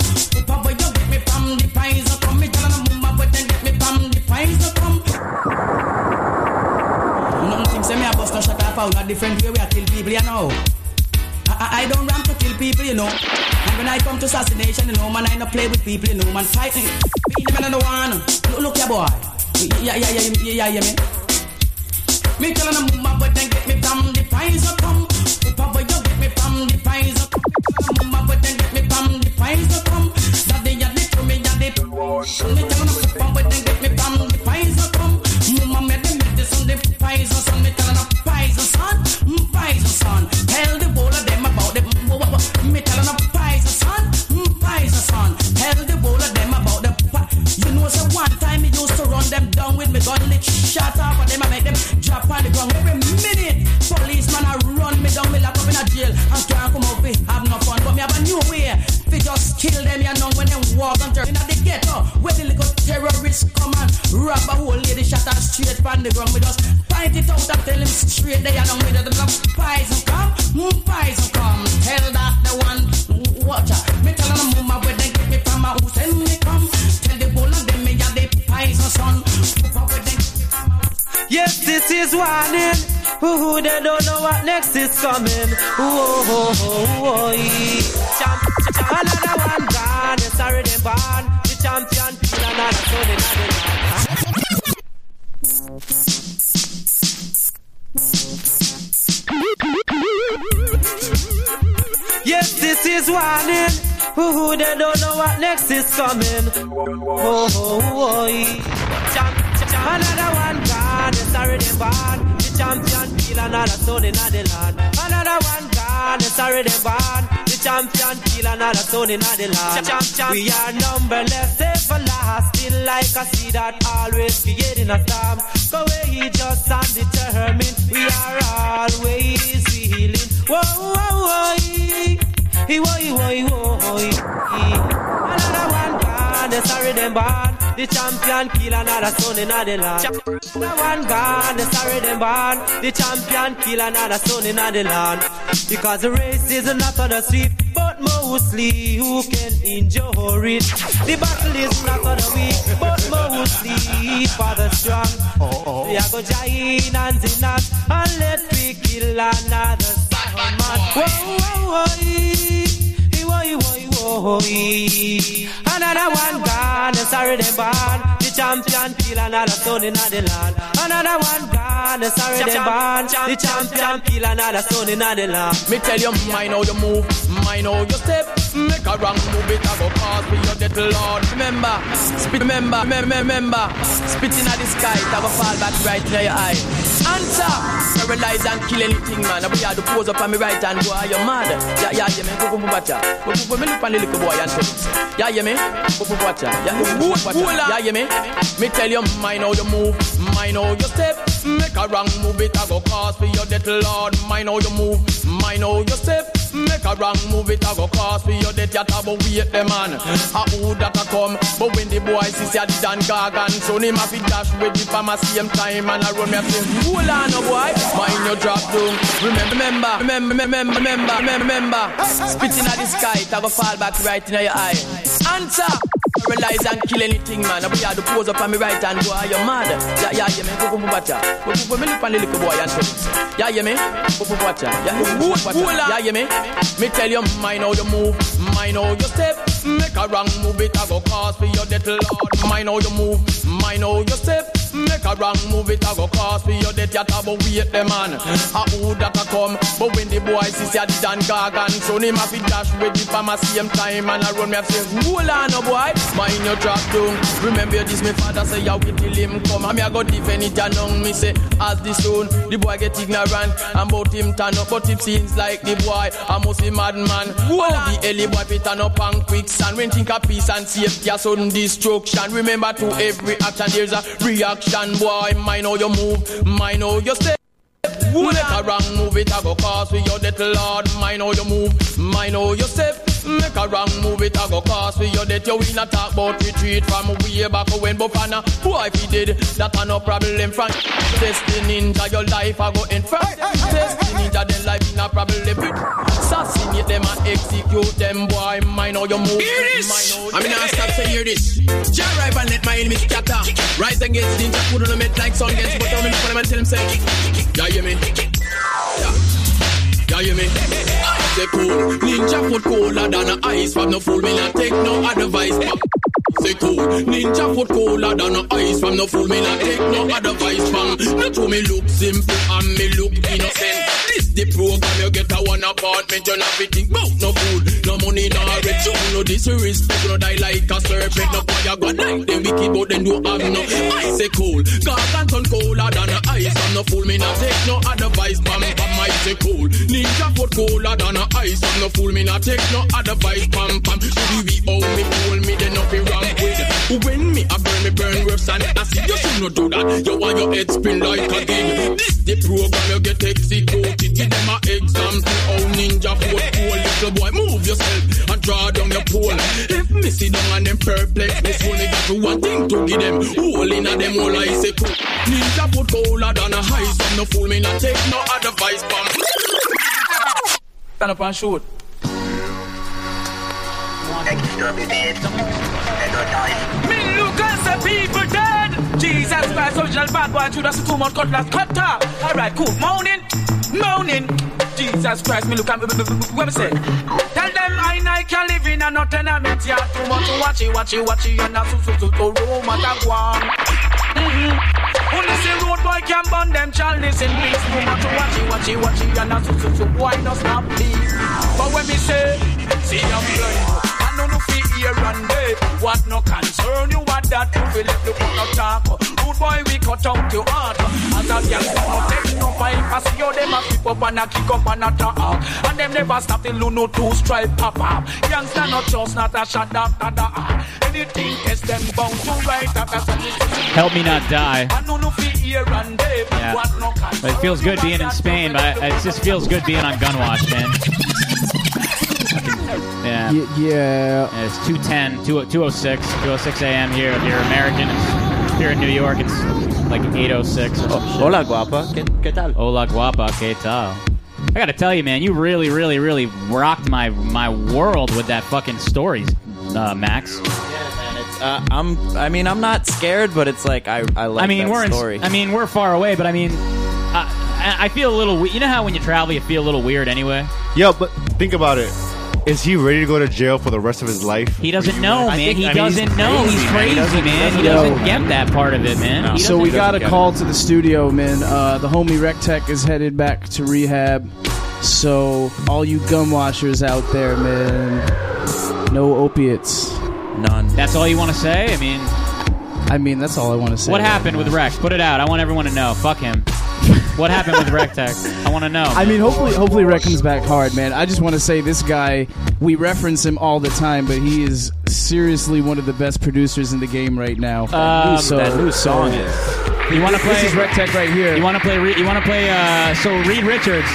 Q: Papa, where you get me from the Pfizer come. Me tell them move but then get me from the Pfizer come. Nothing think say me a bust no shot off out a different way we a kill people, you know. I, I, I don't ramp to kill people, you know. And when I come to assassination, you know, man, I no play with people, you know, man, fighting. Me the man on the one. Look, look here, boy. Yeah, yeah, yeah, yeah, yeah, yeah, yeah, man. Me tell them move but then get me from the Pfizer come. Papa, where you get me from the Pfizer come. Mama, but then get me from the Pfizer come. That they are the to me, are the. Me tell them Papa, but then get me from the Pfizer come. Mama, me the medicine, the Pfizer son. Me tell them Pfizer son, mm, Pfizer son. Tell the whole of them about the. mm, wa- wa- Me tell them Pfizer son, mm, Pfizer son. Tell the whole of them about the. pa- You know, say one time me used to run them down with me gun, lit shot off of them, I make them drop on the ground every minute. Policeman, I run me down, me lock up in a jail and can't come out. We have no fun, but me have a new way. They just kill them, you know, when them walk on turn at the ghetto. Where the little terrorists come and rob a whole lady, shot her straight from the ground. We just fight it out and tell them straight there, you know, we just poison come, mm, poison come. Tell that the one, watch her. Me tell them, mama, where they get me from, my house, and me come. Tell the whole of them, me are the poison son.
R: Yes, this is warning. Ooh, they don't know what next is coming. Ooh, oh, oh, oh, yeah. Champ, champ, another one gone. It's already born. The champion, people are not so they Yes, this is warning. Ooh, they don't know what next is coming. Oh, oh, oh, yeah. Champ, champ, another one gone. It's already born. The champion feel another soul in the land. Another one gone. It's already born. The champion feel another soul in the land. Champ, champ, we are numberless, everlasting, like a seed that always creating a storm. Go away, just undetermined. We are always healing. Whoa, whoa, whoa. He whoa, he whoa, he whoa, he. Another one gone, they sorry them born. The champion kill another son in the land. Another one gone, they sorry them born. The champion kill another son in the land. Because the race is not on the sweep, but mostly who can endure it. The battle is not on the weak, but mostly for the strong. We are going to join hands in hands and let we kill another son. man. Whoa, whoa, whoa, ee. Ee, whoa, ee, whoa, ee, whoa, ee. Another one gone, and sorry they born. The champion kill another son in the land. Another one gone, and sorry they born. The champion kill another son in the land.
S: Me tell you, mind how you move, mind how you step. Make a wrong move, it a go cause for your dead lord. Remember, spit, remember, remember, remember. Spitting at the sky, it a go fall back right in your eye. Answer, paralyze and kill anything, man. We had to pose up on me right hand, boy, you're mad. Yeah, yeah, yeah, man, go, go, go, watch ya. Go, go, go, me look on the little boy and tell him, say, Yeah, yeah, man, go, go, go, watch ya. Yeah, yeah, go, go, go, watch ya. Yeah, yeah, man. Me tell you, mind how you move, mind how you step. Make a wrong move, it a go cause for your dead lord. Mind how you move, mind how you step. Make a wrong move, it a go cause for your death. You taboo wait the man. A who that a come, but when the boy sees ya done gargan, so him have it dash with the farmer same time and I run me a say, hold on, oh boy, mind your drop down. Remember, remember, remember, remember, remember, remember, remember. Spitting at the sky, it a go fall back right in your eye. Answer. Paralyze and kill anything, man. We had to pose up on me right hand, boy. You're mad. Yeah, yeah, yeah, man. Go, go, go, watch ya. Go, go, go, me look on the little boy and tell him, say, Yeah, yeah, man. Go, go, go, watch ya. Yeah, yeah, go, go, go, watch ya. Yeah, yeah, man. Me tell you, mind how you move, mind how you step. Make a wrong move, it a go cause for your death, Lord. Mind how you move, mind how you step. Make Make a wrong move, it a go cause for your death. You taboo wait the man. A who that a come, but when the boy sees ya Dan Gargan, so him have it dash with the farm at same time and I run me have say, hold on, oh boy, mind your trap down. Remember this, my father say, ya wait till him come. And me a go defend it along me say, as the stone, the boy get ignorant and bout him turn up, but it seems like the boy a must be madman. Hold on, the early boy fit turn up and quicksand. When think of peace and safety, a sudden destruction. Remember to every action there's a reaction, boy. Mind how you move, mind how you stay. Who make a wrong move, it a go cause with your death, Lord. Mind how you move, mind how you step. Make a wrong move, it a go cause with your death. You will not talk about retreat from way back when Bofana. Who if he did, that a no problem. Frank, destiny ninja, your life a go in front. Destiny ninja, then life in a problem. Assassinate them and execute them, boy. Mind how you move.
T: Hear this! I'm in a stop to hear this. Jah arrive and let my enemies scatter. Rise against ninja, put on a met like sun gets but down in front of him and tell him say, Yeah, hear me? Yeah. Yeah, hear me? Say cool, ninja foot colder than a ice. From no fool, me not take no advice. Pop. Say cool, ninja foot colder than a ice. From no fool, me not take no advice. From not to me look simple and me look innocent. This the program, you get a one apartment. You not fi think about no food, no money, no rich. You no disrespect, no die like a serpent. No boy, you got like them wicked, but then you have no. I say cool, God turn colder than a ice. From no fool, me not take no advice. From my say cool, ninja foot colder than a ice. From no fool, me not take no advice. Pam pam, to be we owe me, fool me, then no be wrong with. When me a burn, me burn rough sand. I see you should not do that. You want your head spin like a game. This the program, you get executed. See them a example, how ninja foot cool. Little boy, move yourself and draw down your pole. If me see down and them perplex, this only got to one thing to give them. Hole in a them all I say cool. Ninja foot colder than a high sun. No fool me, not take no advice from.
B: Stand up and shoot.
T: Me look as the people dead. Jesus Christ, original bad boy, Judas, two more cutlass, cutter. All right, cool. Moaning, moaning. Jesus Christ, me look at what me say. Tell them I and I can live in a no tenement yard. Too much to watch it, watch it, watch it, and a su su su to room at a one. Only see road boy can burn them chalice in peace. Too much to watch it, watch it, watch it, and a su su su boy no stop please. But when me say, see I'm blind. I know no feet here and there. What no concern you what that you feel if you put no talk. Good boy, we cut out your heart. As a youngster, no take no fight. I see how them a pick up and a kick up and a talk. And them never stop till you no two stripe pop up. Youngster, no trust, not a shot after the heart. Anything test them bound to right. and That's what we see.
B: Help me not die.
T: I know no feet here and there.
B: Yeah.
T: What no concern
B: But it feels good being in Spain, but I- it just feels good being on Gunwash, man. Yeah.
A: yeah.
B: It's 210, 20 206, 206 a.m. here. If you're American, it's, if you're in New York, it's like 806 or some shit. Oh, Hola, guapa. ¿Qué, tal? Hola, guapa. ¿Qué tal? I gotta tell you, man, you really, really, really rocked my my world with that fucking stories, uh, Max.
L: Uh, I'm. I mean, I'm not scared, but it's like I. I like
B: I mean,
L: that
B: we're in,
L: story.
B: I mean, we're far away, but I mean, I, I I feel a little. We- you know how when you travel, you feel a little weird anyway.
D: Yo, but think about it. Is he ready to go to jail for the rest of his life?
B: He doesn't know, man.
D: think-
B: he
D: I mean, he's
B: doesn't know.
D: crazy,
B: he's
D: man. He
B: crazy,
D: doesn't-
B: man. He
D: he
B: doesn't,
D: doesn't
B: get that part of it, man. He
A: Oh. So we
B: doesn't-
A: got a call to the studio, man. Uh, the homie Rectech is headed back to rehab. So all you gum washers out there, man, no opiates.
L: None.
B: That's all you want to say? I mean,
A: I mean, that's all I want to say.
B: what happened with Rex? Put it out. I want everyone to know. Fuck him. what happened with Rec Tech? I want to know.
A: I mean, hopefully, hopefully, Rhett comes back hard, man. I just want to say this guy, we reference him all the time, but he is seriously one of the best producers in the game right now.
B: Um, that new song
A: so-
B: You want to play?
A: This is Rec Tech right here.
B: You want to play? Re- you want to play? Uh, so Reed Richards.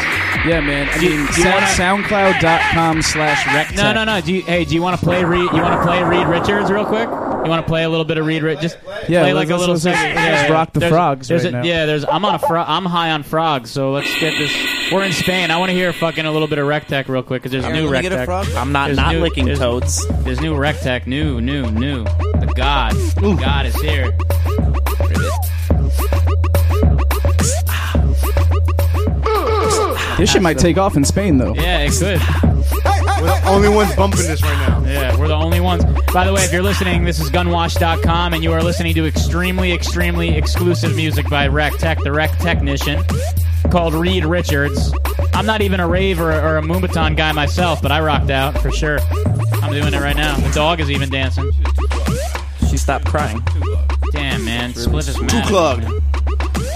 A: Yeah, man. I
B: Do-
A: mean,
B: do you wanna-
A: soundcloud.com slash Rec
B: No, no, no. Do you, hey, do you want to play Reed? You want to play Reed Richards real quick? You want to play a little bit of Reed? Ri- just play,
A: Yeah,
B: like
A: let's-
B: a little.
A: let's- let's-
B: section.
A: let's
B: Yeah, yeah.
A: rock the
B: There's a-
A: frogs
B: there's
A: right
B: a-
A: now.
B: Yeah, there's. I'm on a. Fro- I'm high on frogs, so let's get this. We're in Spain. I want to hear fucking a little bit of Rec Tech real quick because there's
L: Aaron,
B: new
L: wanna
B: Rec
L: get a
B: Tech.
L: frog? I'm not- not licking
B: toads. There's new Rec Tech. New, new, new. The God, God is here.
A: This shit might take off in Spain, though.
B: Yeah, it could.
D: We're the only ones bumping this right now.
B: Yeah, we're the only ones. By the way, if you're listening, this is gunwash.com, and you are listening to extremely, extremely exclusive music by Rec Tech, the Rec Technician, called Reed Richards. I'm not even a rave or, or a Moombaton guy myself, but I rocked out for sure. I'm doing it right now. The dog is even dancing.
L: She stopped crying.
B: Damn, man. Split is mad.
L: Too clogged.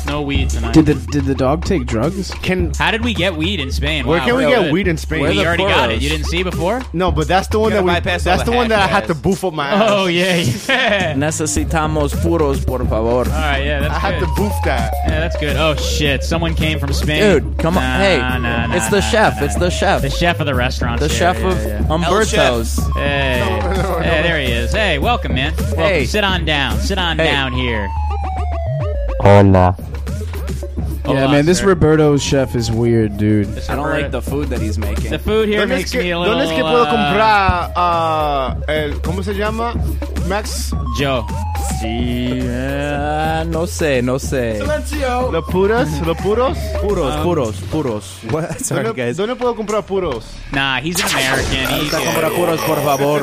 B: No weed tonight.
A: Did the did the dog take drugs?
D: Can
B: How did we get weed in Spain?
D: Where
B: Wow,
D: can we
B: we're
D: get
B: good.
D: weed in Spain?
B: We already got it. You didn't see before?
D: No, but that's the one that we, that's the one that I had to boof up my ass.
B: Oh, yeah, yeah.
L: Necesitamos puros, por favor.
B: All right, yeah, that's
D: I had
B: good.
D: to boof that.
B: Yeah, that's good. Oh shit! Someone came from Spain.
L: Dude, come on.
B: Nah,
L: Hey,
B: nah, nah,
L: it's the
B: nah,
L: chef.
B: nah,
L: it's
B: nah.
L: the chef.
B: The chef of the restaurant.
L: The
B: here.
L: chef
B: Yeah,
L: of
B: yeah.
L: Umberto's.
B: Hey, hey, there he is. Hey, welcome, man. Welcome.
L: Hey.
B: sit on down. Sit on down here.
A: yeah,
U: Hola.
B: Hola,
A: man, this
B: sir.
A: Roberto chef is weird, dude.
L: I don't like the food that he's making.
B: The food here
D: ¿Dónde es
B: makes
D: que,
B: me a little.
D: ¿dónde es que puedo
B: uh,
D: comprar ah, el- cómo se llama? Max
B: Joe.
L: Sí. eh, no sé, no sé.
D: Silencio. Los puros, los puros,
L: Puros,
D: Um,
L: puros, puros. What? Sorry,
D: ¿Dónde,
L: guys.
D: dónde puedo comprar puros?
B: Nah, he's an American. He's
L: comprar puros, por favor.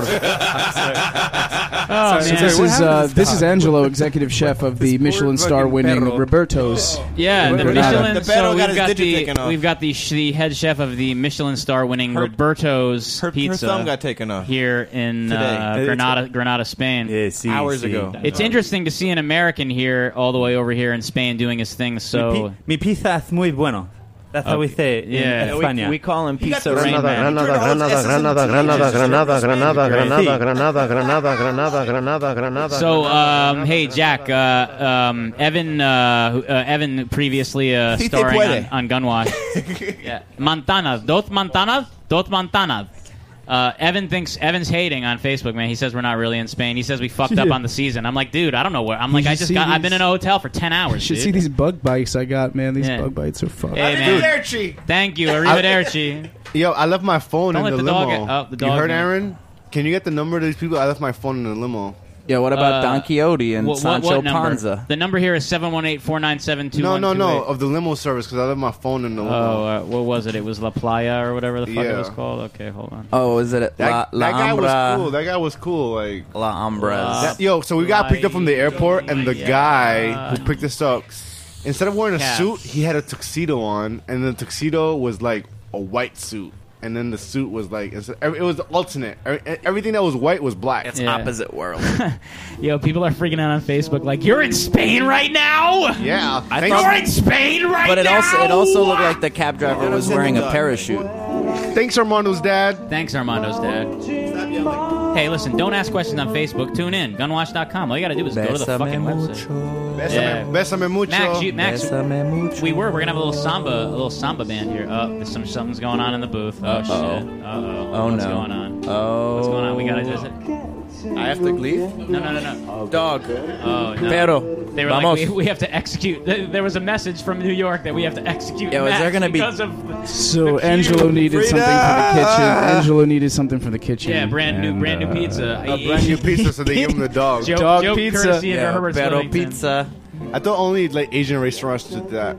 B: Oh, man.
A: this is uh, this is Angelo, executive chef of the Michelin star winning Roberto's.
B: Yeah, the
A: Granada.
B: Michelin.
A: The
B: so
A: Perro
B: we've
A: got his
B: got,
A: digit
B: the
A: taken off.
B: we've got the sh- the head chef of the Michelin star winning Roberto's pizza.
M: thumb got taken off
B: here in uh,
M: Today.
B: Granada, Granada, Spain.
M: Hours sí. ago.
B: It's interesting to see an American here, all the way over here in Spain, doing his thing. So
U: Mi pizza es muy bueno. That's how we say it in
B: Yeah.
U: España.
B: We- we
L: call him
B: pizza
U: Granada,
B: Granada,
U: Granada, Granada,
B: Granada, Granada, Granada, Granada,
U: Granada,
D: Granada, Granada, Granada, Granada.
B: So, um, hey, Jack, uh, um, Evan, uh, who- uh, Evan, previously uh,
U: Si te
B: starring
U: puede.
B: on, on Gunwash. yeah. Montanas, dos Montanas, dos Montanas. Uh, Evan thinks Evan's hating on Facebook, man. He says we're not really in Spain. He says we fucked up
A: Yeah.
B: on the season. I'm like, dude, I don't know where. I'm
A: You
B: like, I
A: should
B: just
A: see
B: got. I've
A: these-
B: been in a hotel for ten
A: You
B: hours.
A: should
B: dude.
A: see these bug bites I got, man. These
B: Yeah.
A: bug bites are fun.
B: Hey, man. Thank you, arrivederci.
D: Yo, I left my phone
B: Don't
D: in
B: let
D: the
B: the dog
D: limo.
B: get- oh, the
D: you
B: dog
D: heard,
B: in.
D: Aaron? Can you get the number of these people? I left my phone in the limo.
L: Yeah, what
B: about Uh,
L: Don Quixote and
B: What- what-
L: Sancho
B: what number?
L: Panza.
B: The number here is seven one eight four nine seven two.
D: No, no, no, of the limo service because I left my phone in the limo.
B: Oh, uh, what was it? It was La Playa or whatever the fuck it
D: Yeah.
B: was called. Okay, hold on.
L: Oh, is it La,
D: That,
L: La
D: that guy was
L: Ambra?
D: cool. That guy was cool. Like
L: La Ambras.
D: That- yo, so we got picked up from the airport, and the guy who picked us up, instead of wearing a
L: Cats.
D: suit, he had a tuxedo on, and the tuxedo was like a white suit, and then the suit was like it's- it was alternate. Every- Everything that was white was black. It's
B: Yeah. opposite
L: world.
B: Yo, people are freaking out on Facebook like, you're in Spain right now?
D: Yeah.
L: I
B: you're
L: thought-
B: in Spain right
L: But it
B: now?
L: also it also looked like the cab driver was wearing a parachute.
D: Thanks, Armando's dad.
B: Thanks, Armando's dad. Hey, listen, don't ask questions on Facebook. Tune in. Gunwash.com. All you got to do is go to the
L: Bésame
B: fucking website. Yeah.
D: Bésame mucho.
B: Max, you, Max we were. We're going to have a little samba, a little samba band here. Oh, there's some, something's going on in the booth. Oh,
L: Uh-oh.
B: shit. Uh-oh.
L: Oh,
B: What's
L: no.
B: going on?
L: Oh.
B: What's going on? We got to just...
L: I have to leave?
B: No, no, no, no.
L: Dog.
B: Oh, no.
L: Pero,
B: They were
L: vamos.
B: like, we, we have to execute. Th- There was a message from New York that we have to execute.
L: Yeah, was
B: Max
L: there gonna be-
B: because of
A: So Angelo needed something from the kitchen. Angelo needed something from the kitchen.
B: yeah, brand new,
A: and,
B: brand new
A: uh,
B: pizza.
D: A brand new pizza, so they give him the dog.
B: Joke- Dog joke pizza. courtesy of Yeah, Herbert's pero Livington.
L: pizza.
D: I thought only like Asian restaurants did that.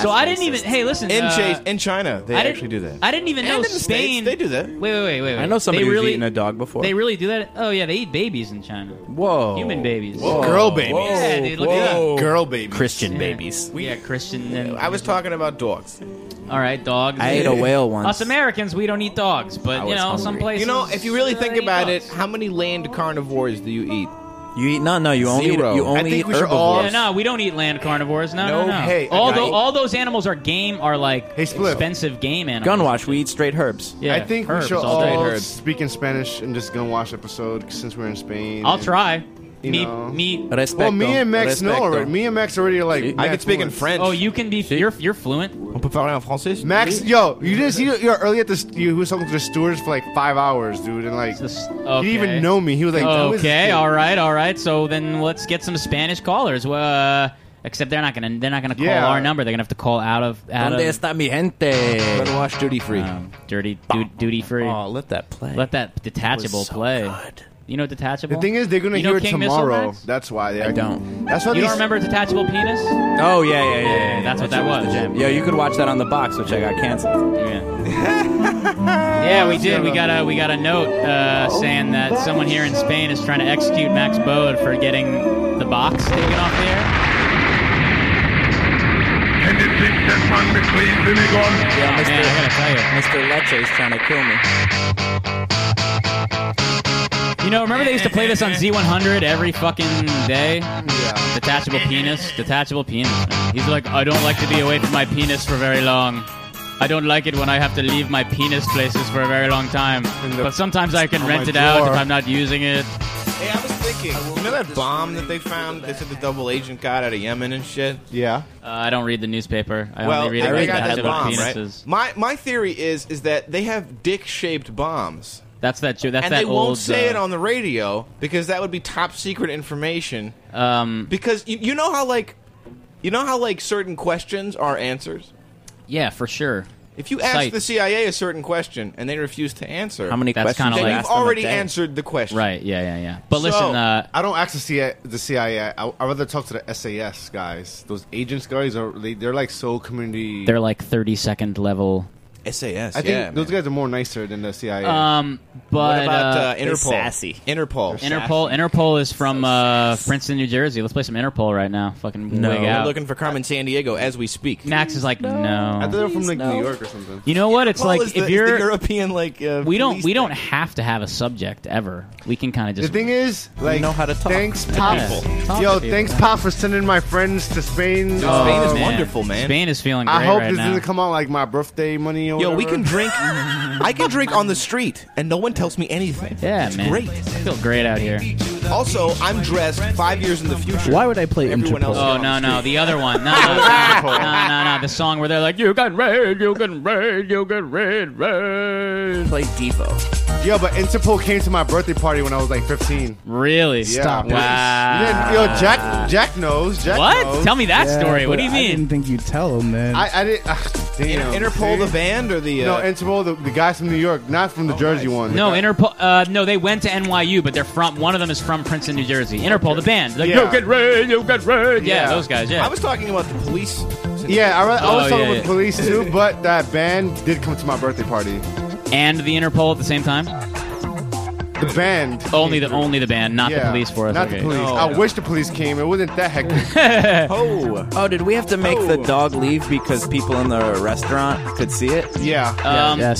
B: so I didn't even. Hey, listen.
M: In,
B: uh,
M: Chi- in China, they
B: I didn't-
M: actually do that.
B: I didn't even
M: And
B: know
M: in the States,
B: Spain.
M: they do that.
B: Wait, wait, wait, wait.
L: I know somebody
B: they
L: who's
B: really,
L: eaten a dog before.
B: They really do that. Oh yeah, they eat babies in China.
L: Whoa.
B: Human babies.
L: Whoa.
M: Girl babies.
B: Yeah, dude, look at that.
D: Girl babies.
L: Christian
B: babies. We yeah, Christian. And,
M: I was talking about dogs.
B: all right, dogs.
L: I ate a whale once.
B: Us Americans, we don't eat dogs,
M: I
B: but you
M: was
B: know,
M: hungry.
B: some places.
M: You know, if you really
B: uh,
M: think
B: they eat
M: about
B: dogs.
M: it, how many land carnivores do you eat?
L: You eat no, no. You only
M: Zero.
L: eat, you only
M: I think
L: eat
M: we should all-
B: Yeah, no, we don't eat land carnivores. No, no,
M: No,
B: no.
M: hey,
B: all,
M: okay.
B: tho- all those animals are game, are like expensive game animals.
L: Gunwash. We eat straight herbs.
B: Yeah,
D: I think
B: herbs,
D: we should
B: all
D: all
B: herbs.
D: speak in Spanish in this gun wash episode since we're in Spain.
B: I'll
D: and,
B: try.
D: You
B: Me,
D: know.
B: me.
D: Well, me and Max know already. Me and Max already are like.
M: I could speak in French.
B: Oh, you can be. You're you're fluent.
M: On peut parler en français.
D: Max, yo, you didn't see you're early at the st- you was talking to the stewards for like five hours, dude, and like he didn't even know me. He was like, who is this
B: Oh, okay,
D: kid?
B: all right, all right. So then let's get some Spanish callers. Uh, except they're not gonna they're not gonna call
L: Yeah.
B: our number. They're gonna have to call out of out
L: Donde
B: of
L: está mi gente?
M: Gunwash duty free.
B: dirty Um, du- duty free.
L: Oh, let that play.
B: Let that detachable play. You know detachable?
D: The thing is, they're gonna
B: You know
D: hear it
B: King Missile,
D: tomorrow.
B: Max?
D: That's why they.
L: I don't.
D: That's why
B: you
D: these-
B: don't remember detachable penis?
L: Oh yeah, yeah, yeah. yeah, yeah.
B: That's what that
L: shit
B: was.
L: the jam. Yo, you could watch that on the box, which I got canceled.
B: Yeah, we did. We got a we got a note uh, saying that someone here in Spain is trying to execute Max Bode for getting the box taken off the air.
L: Yeah, Mr.
B: Oh, man, I gotta tell you,
L: Mr. Leche is trying to kill me.
B: You know, remember they used to play this on Z100 every fucking day? Yeah. Detachable penis, detachable penis. He's like, I don't like to be away from my penis for very long. I don't like it when I have to leave my penis places for a very long time. But sometimes I can
V: on
B: rent
V: my
B: it out
V: drawer.
B: if I'm not using it.
V: Hey, I was thinking. You know that bomb that they found? They said the double agent got out of Yemen and shit.
D: Yeah.
B: Uh, I don't read the newspaper. I
V: well,
B: only read
V: they
B: it like
V: got
B: the
V: that
B: headline
V: bomb,
B: penises.
V: right? My my theory is is that they have dick shaped bombs.
B: That's that. That's
V: and
B: that
V: they
B: old,
V: won't say
B: uh,
V: it on the radio because that would be top secret information.
B: Um,
V: because you, you know how like you know how like certain questions are answers.
B: Yeah, for sure.
V: If you ask
B: Sites.
V: the CIA a certain question and they refuse to answer,
B: How many That's questions kinda
V: Then
B: like-
V: you've
B: ask them a
V: already
B: day.
V: answered the question.
B: Right, yeah, yeah, yeah. But listen, uh,
D: I don't ask the CIA. The CIA. I, I rather talk to the SAS guys. Those agents guys are they, they're like so community.
B: they're like 30 second level.
V: SAS.
D: I think those guys are more nicer than the CIA.
B: Um, but
D: What about, uh,
B: uh,
D: Interpol? They're sassy.
V: Interpol.
D: They're
B: Interpol. Interpol is from uh, Princeton, New Jersey. Let's play some Interpol right now. Fucking
V: No,
B: wig
V: we're
B: out.
V: looking for Carmen San Diego as we speak.
B: Max is like, no.
V: I thought they were from, like,
D: New York or something.
B: You know what? It's
V: Interpol
B: like
V: is the-
B: if
V: is the
B: you're
V: European, like uh,
B: we don't
V: police
B: we
V: thing.
B: don't have to have a subject ever. We can kind of just
D: the thing is, like,
B: know how to talk.
D: Thanks, Pop. Yo, thanks, Pop, for sending my friends to Spain.
B: Dude, Spain is wonderful, Oh, man. Spain is feeling
D: I
B: great
D: hope
B: right
D: this
B: now.
D: doesn't come out like my birthday money. Or
V: Yo, we
D: whatever.
V: can drink. I can drink on the street, and no one tells me anything.
B: Yeah,
V: it's
B: man.
V: great.
B: I feel great out here.
V: Also, I'm dressed five years in the future.
A: Why would I play
V: Everyone else
B: Oh
V: is
B: no
V: on
B: no the other one no no no, no no no the song where they're like you got red you got red you got red red
L: play Devo.
D: Yo, but Interpol came to my birthday party when I was like 15.
B: Really?
D: Yeah.
B: Stop it. Wow.
D: Yeah, Yo, Jack, Jack knows. Jack
B: What?
D: knows.
B: Tell me that
A: Yeah, but I didn't think you'd tell him, man.
D: I, I didn't. ah, damn.
V: Interpol, the band, or the uh, Oh,
D: no Interpol, the, the guys from New York, not from the Jersey one.
B: No, Interpol. Uh, no, they went to NYU, but they're from. One of them is from Princeton, New Jersey. Interpol, the band. Like,
D: Yeah.
B: Yo, get red, yo, get red. Yeah,
D: Yeah.
B: those guys. Yeah.
V: I was talking about the police.
D: Yeah, I, re- I was
B: Oh,
D: talking
B: yeah,
D: with
B: yeah.
D: police too, but that band did come to my birthday party.
B: and the Interpol at the same time.
D: The band.
B: Only the only the band, not the
D: Yeah,
B: police for us.
D: Not
B: okay.
D: the police.
L: Oh.
D: I wish the police came. It wasn't that hectic.
V: oh.
L: Oh, did we have to make the dog leave because people in the restaurant could see it?
D: Yeah.
B: Um, No,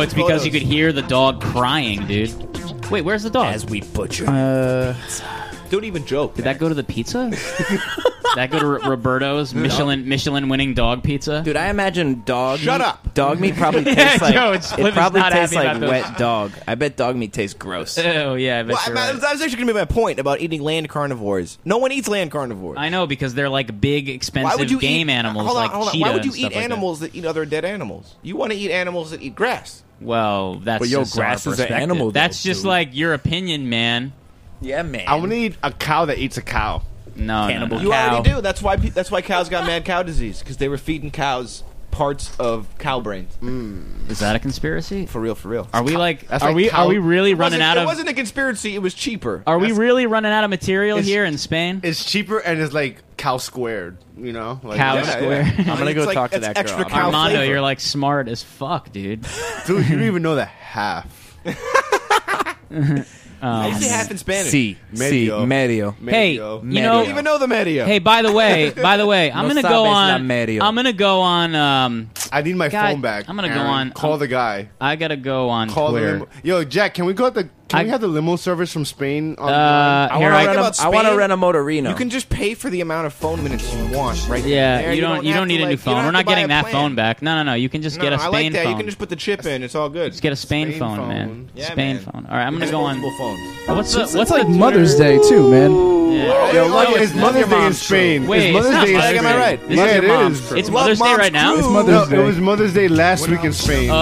B: it's because you could hear the dog crying, dude. Wait, where's the dog? As
V: we butcher.
A: Uh,
V: Don't even joke.
B: Did that go to the pizza? Did that go to R- Roberto's Michelin Michelin winning dog pizza?
L: Dude, I imagine dog.
B: Shut
L: meat,
B: up.
L: Dog meat probably
B: Yeah,
L: tastes like
B: Joe, it's-
L: it
B: Flip is
L: probably
B: not
L: tastes
B: happy
L: like
B: about this.
L: wet dog. I bet dog meat tastes gross.
B: Oh yeah, I bet
V: Well, I,
B: you're
V: I
B: right.
V: was I was actually going to be my point about eating land carnivores. No one eats land carnivores.
B: I know because they're like big, expensive
V: Why would you
B: game
V: eat,
B: animals
V: Hold on,
B: like
V: hold on.
B: cheetah.
V: Why would you
B: and
V: eat
B: stuff like that.
V: animals that eat other dead animals? You want to eat animals that eat grass.
B: Well, that's
V: But yo,
B: just
V: grass
B: our
V: is an
B: perspective.
V: animal, though,
B: That's just
V: dude.
B: like your opinion, man.
L: Yeah, man.
D: I want to eat a cow that eats a cow.
B: No,
V: Cannibal you already do. That's why. pe- That's why cows got mad cow disease because they were feeding cows parts of cow brains.
B: Is that a conspiracy?
V: For real, for real.
B: Are we like?
V: That's
B: are
V: like
B: we?
V: cow-
B: Are we really
V: It
B: running
V: wasn't-
B: out
V: It
B: of?
V: wasn't a conspiracy. It was cheaper.
B: Are we really running out of material
D: It's-
B: here in Spain?
D: It's cheaper and it's like cow squared. You know, like,
B: cow
D: Yeah,
B: square.
D: yeah.
B: Armando, you're like smart as fuck, dude.
D: dude. You don't even know the half.
B: Um,
V: say half in Spanish.
L: Si, si, medio.
B: Hey, you know,
V: You don't even know the medio.
B: Hey, by the way, by the way, I'm
V: No
B: gonna
V: sabes
B: go
V: la
B: on.
V: medio.
B: I'm gonna go on. Um,
D: I need my
B: God,
D: phone back.
B: I'm gonna go
D: Aaron.
B: on.
D: Call
B: I'm-
D: the guy.
B: I gotta go on
D: Call the
B: Twitter.
D: limo. Yo, Jack, can we go at the? Can
B: I-
D: we have the limo service from Spain? On
B: Uh,
D: um, I
B: here,
D: wanna
B: I-
D: rent a-
B: About
L: I want to
B: Spain?
L: rent a motorino.
V: You can just pay for the amount of phone minutes you want, right?
B: Yeah,
V: there.
B: you don't. You
V: have
B: don't
V: to,
B: need a new
V: like- you don't
B: phone. We're
V: have
B: not
V: to buy
B: getting
V: a
B: that
V: plan.
B: phone back. No, no, no. You can just
V: no,
B: get a
V: I
B: Spain
V: like that.
B: phone.
V: You can just put the chip in. It's all good. Just
B: get a Spain, phone, man.
V: Yeah,
B: Spain
V: man.
B: phone. All right, I'm gonna go on.
V: Disposable phones.
B: What's the,
A: It's-
B: what's
A: it's like
B: the
A: Mother's Day too, man.
B: Yeah.
D: Yo, love- it's Mother's Day in Spain.
B: Wait,
D: it's Mother's
B: it's not
D: Day
B: Mother's Day.
D: in Spain.
B: Am I right? This
D: Yeah,
B: is
D: it
B: your mom's-
D: is.
B: It's Love Mother's Day mom's right now? crew.
D: It's Mother's Day. It was Mother's Day last week in Spain.
B: Oh,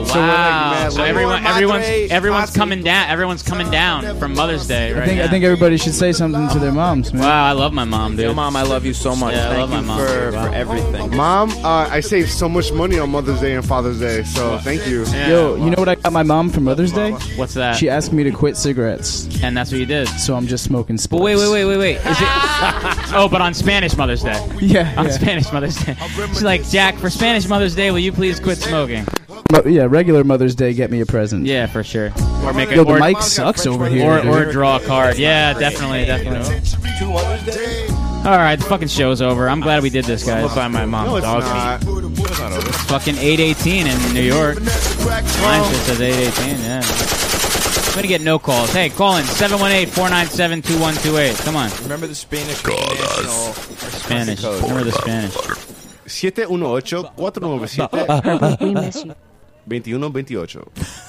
D: So we're like mad
B: so
D: late.
B: everyone,
D: Madre,
B: everyone's everyone's coming down. Everyone's coming down from Mother's Day right
A: I think
B: now.
A: I think everybody should say something to their moms, man.
B: Wow, I love my mom, dude.
A: Yo, Mom, I love
B: you so much. Yeah, I love my mom for, for everything.
D: Mom, uh, I saved so much money on Mother's Day and Father's Day, so thank you.
A: Yo, you know what I got my mom for Mother's Day?
B: What's that?
A: She asked me to quit cigarettes,
B: and that's what you did.
A: So I'm just smoking. Sports.
B: But wait, wait, wait, wait, wait. Is it? oh, but on Spanish Mother's Day.
A: Yeah,
B: On
A: yeah.
B: Spanish Mother's Day. She's like, Jack, for Spanish Mother's Day, will you please quit smoking?
A: Mo- yeah, regular Mother's Day, get me a present.
B: Yeah, for sure. Or make a-
A: Yo, the
B: or-
A: mic sucks over here.
B: Or, or
A: dude.
B: draw a card. Yeah, definitely, definitely. All right, the fucking show's over. I'm glad we did this, guys. by my mom.
D: No, it's
B: dog
D: not.
B: It's fucking 818 in New York. Mine just says 818, yeah. I'm going to get no calls. Hey, call in 718-497-2128. Come on.
V: Remember the Spanish national
B: Spanish. Remember the Spanish.
D: 718-497-2128. 2128.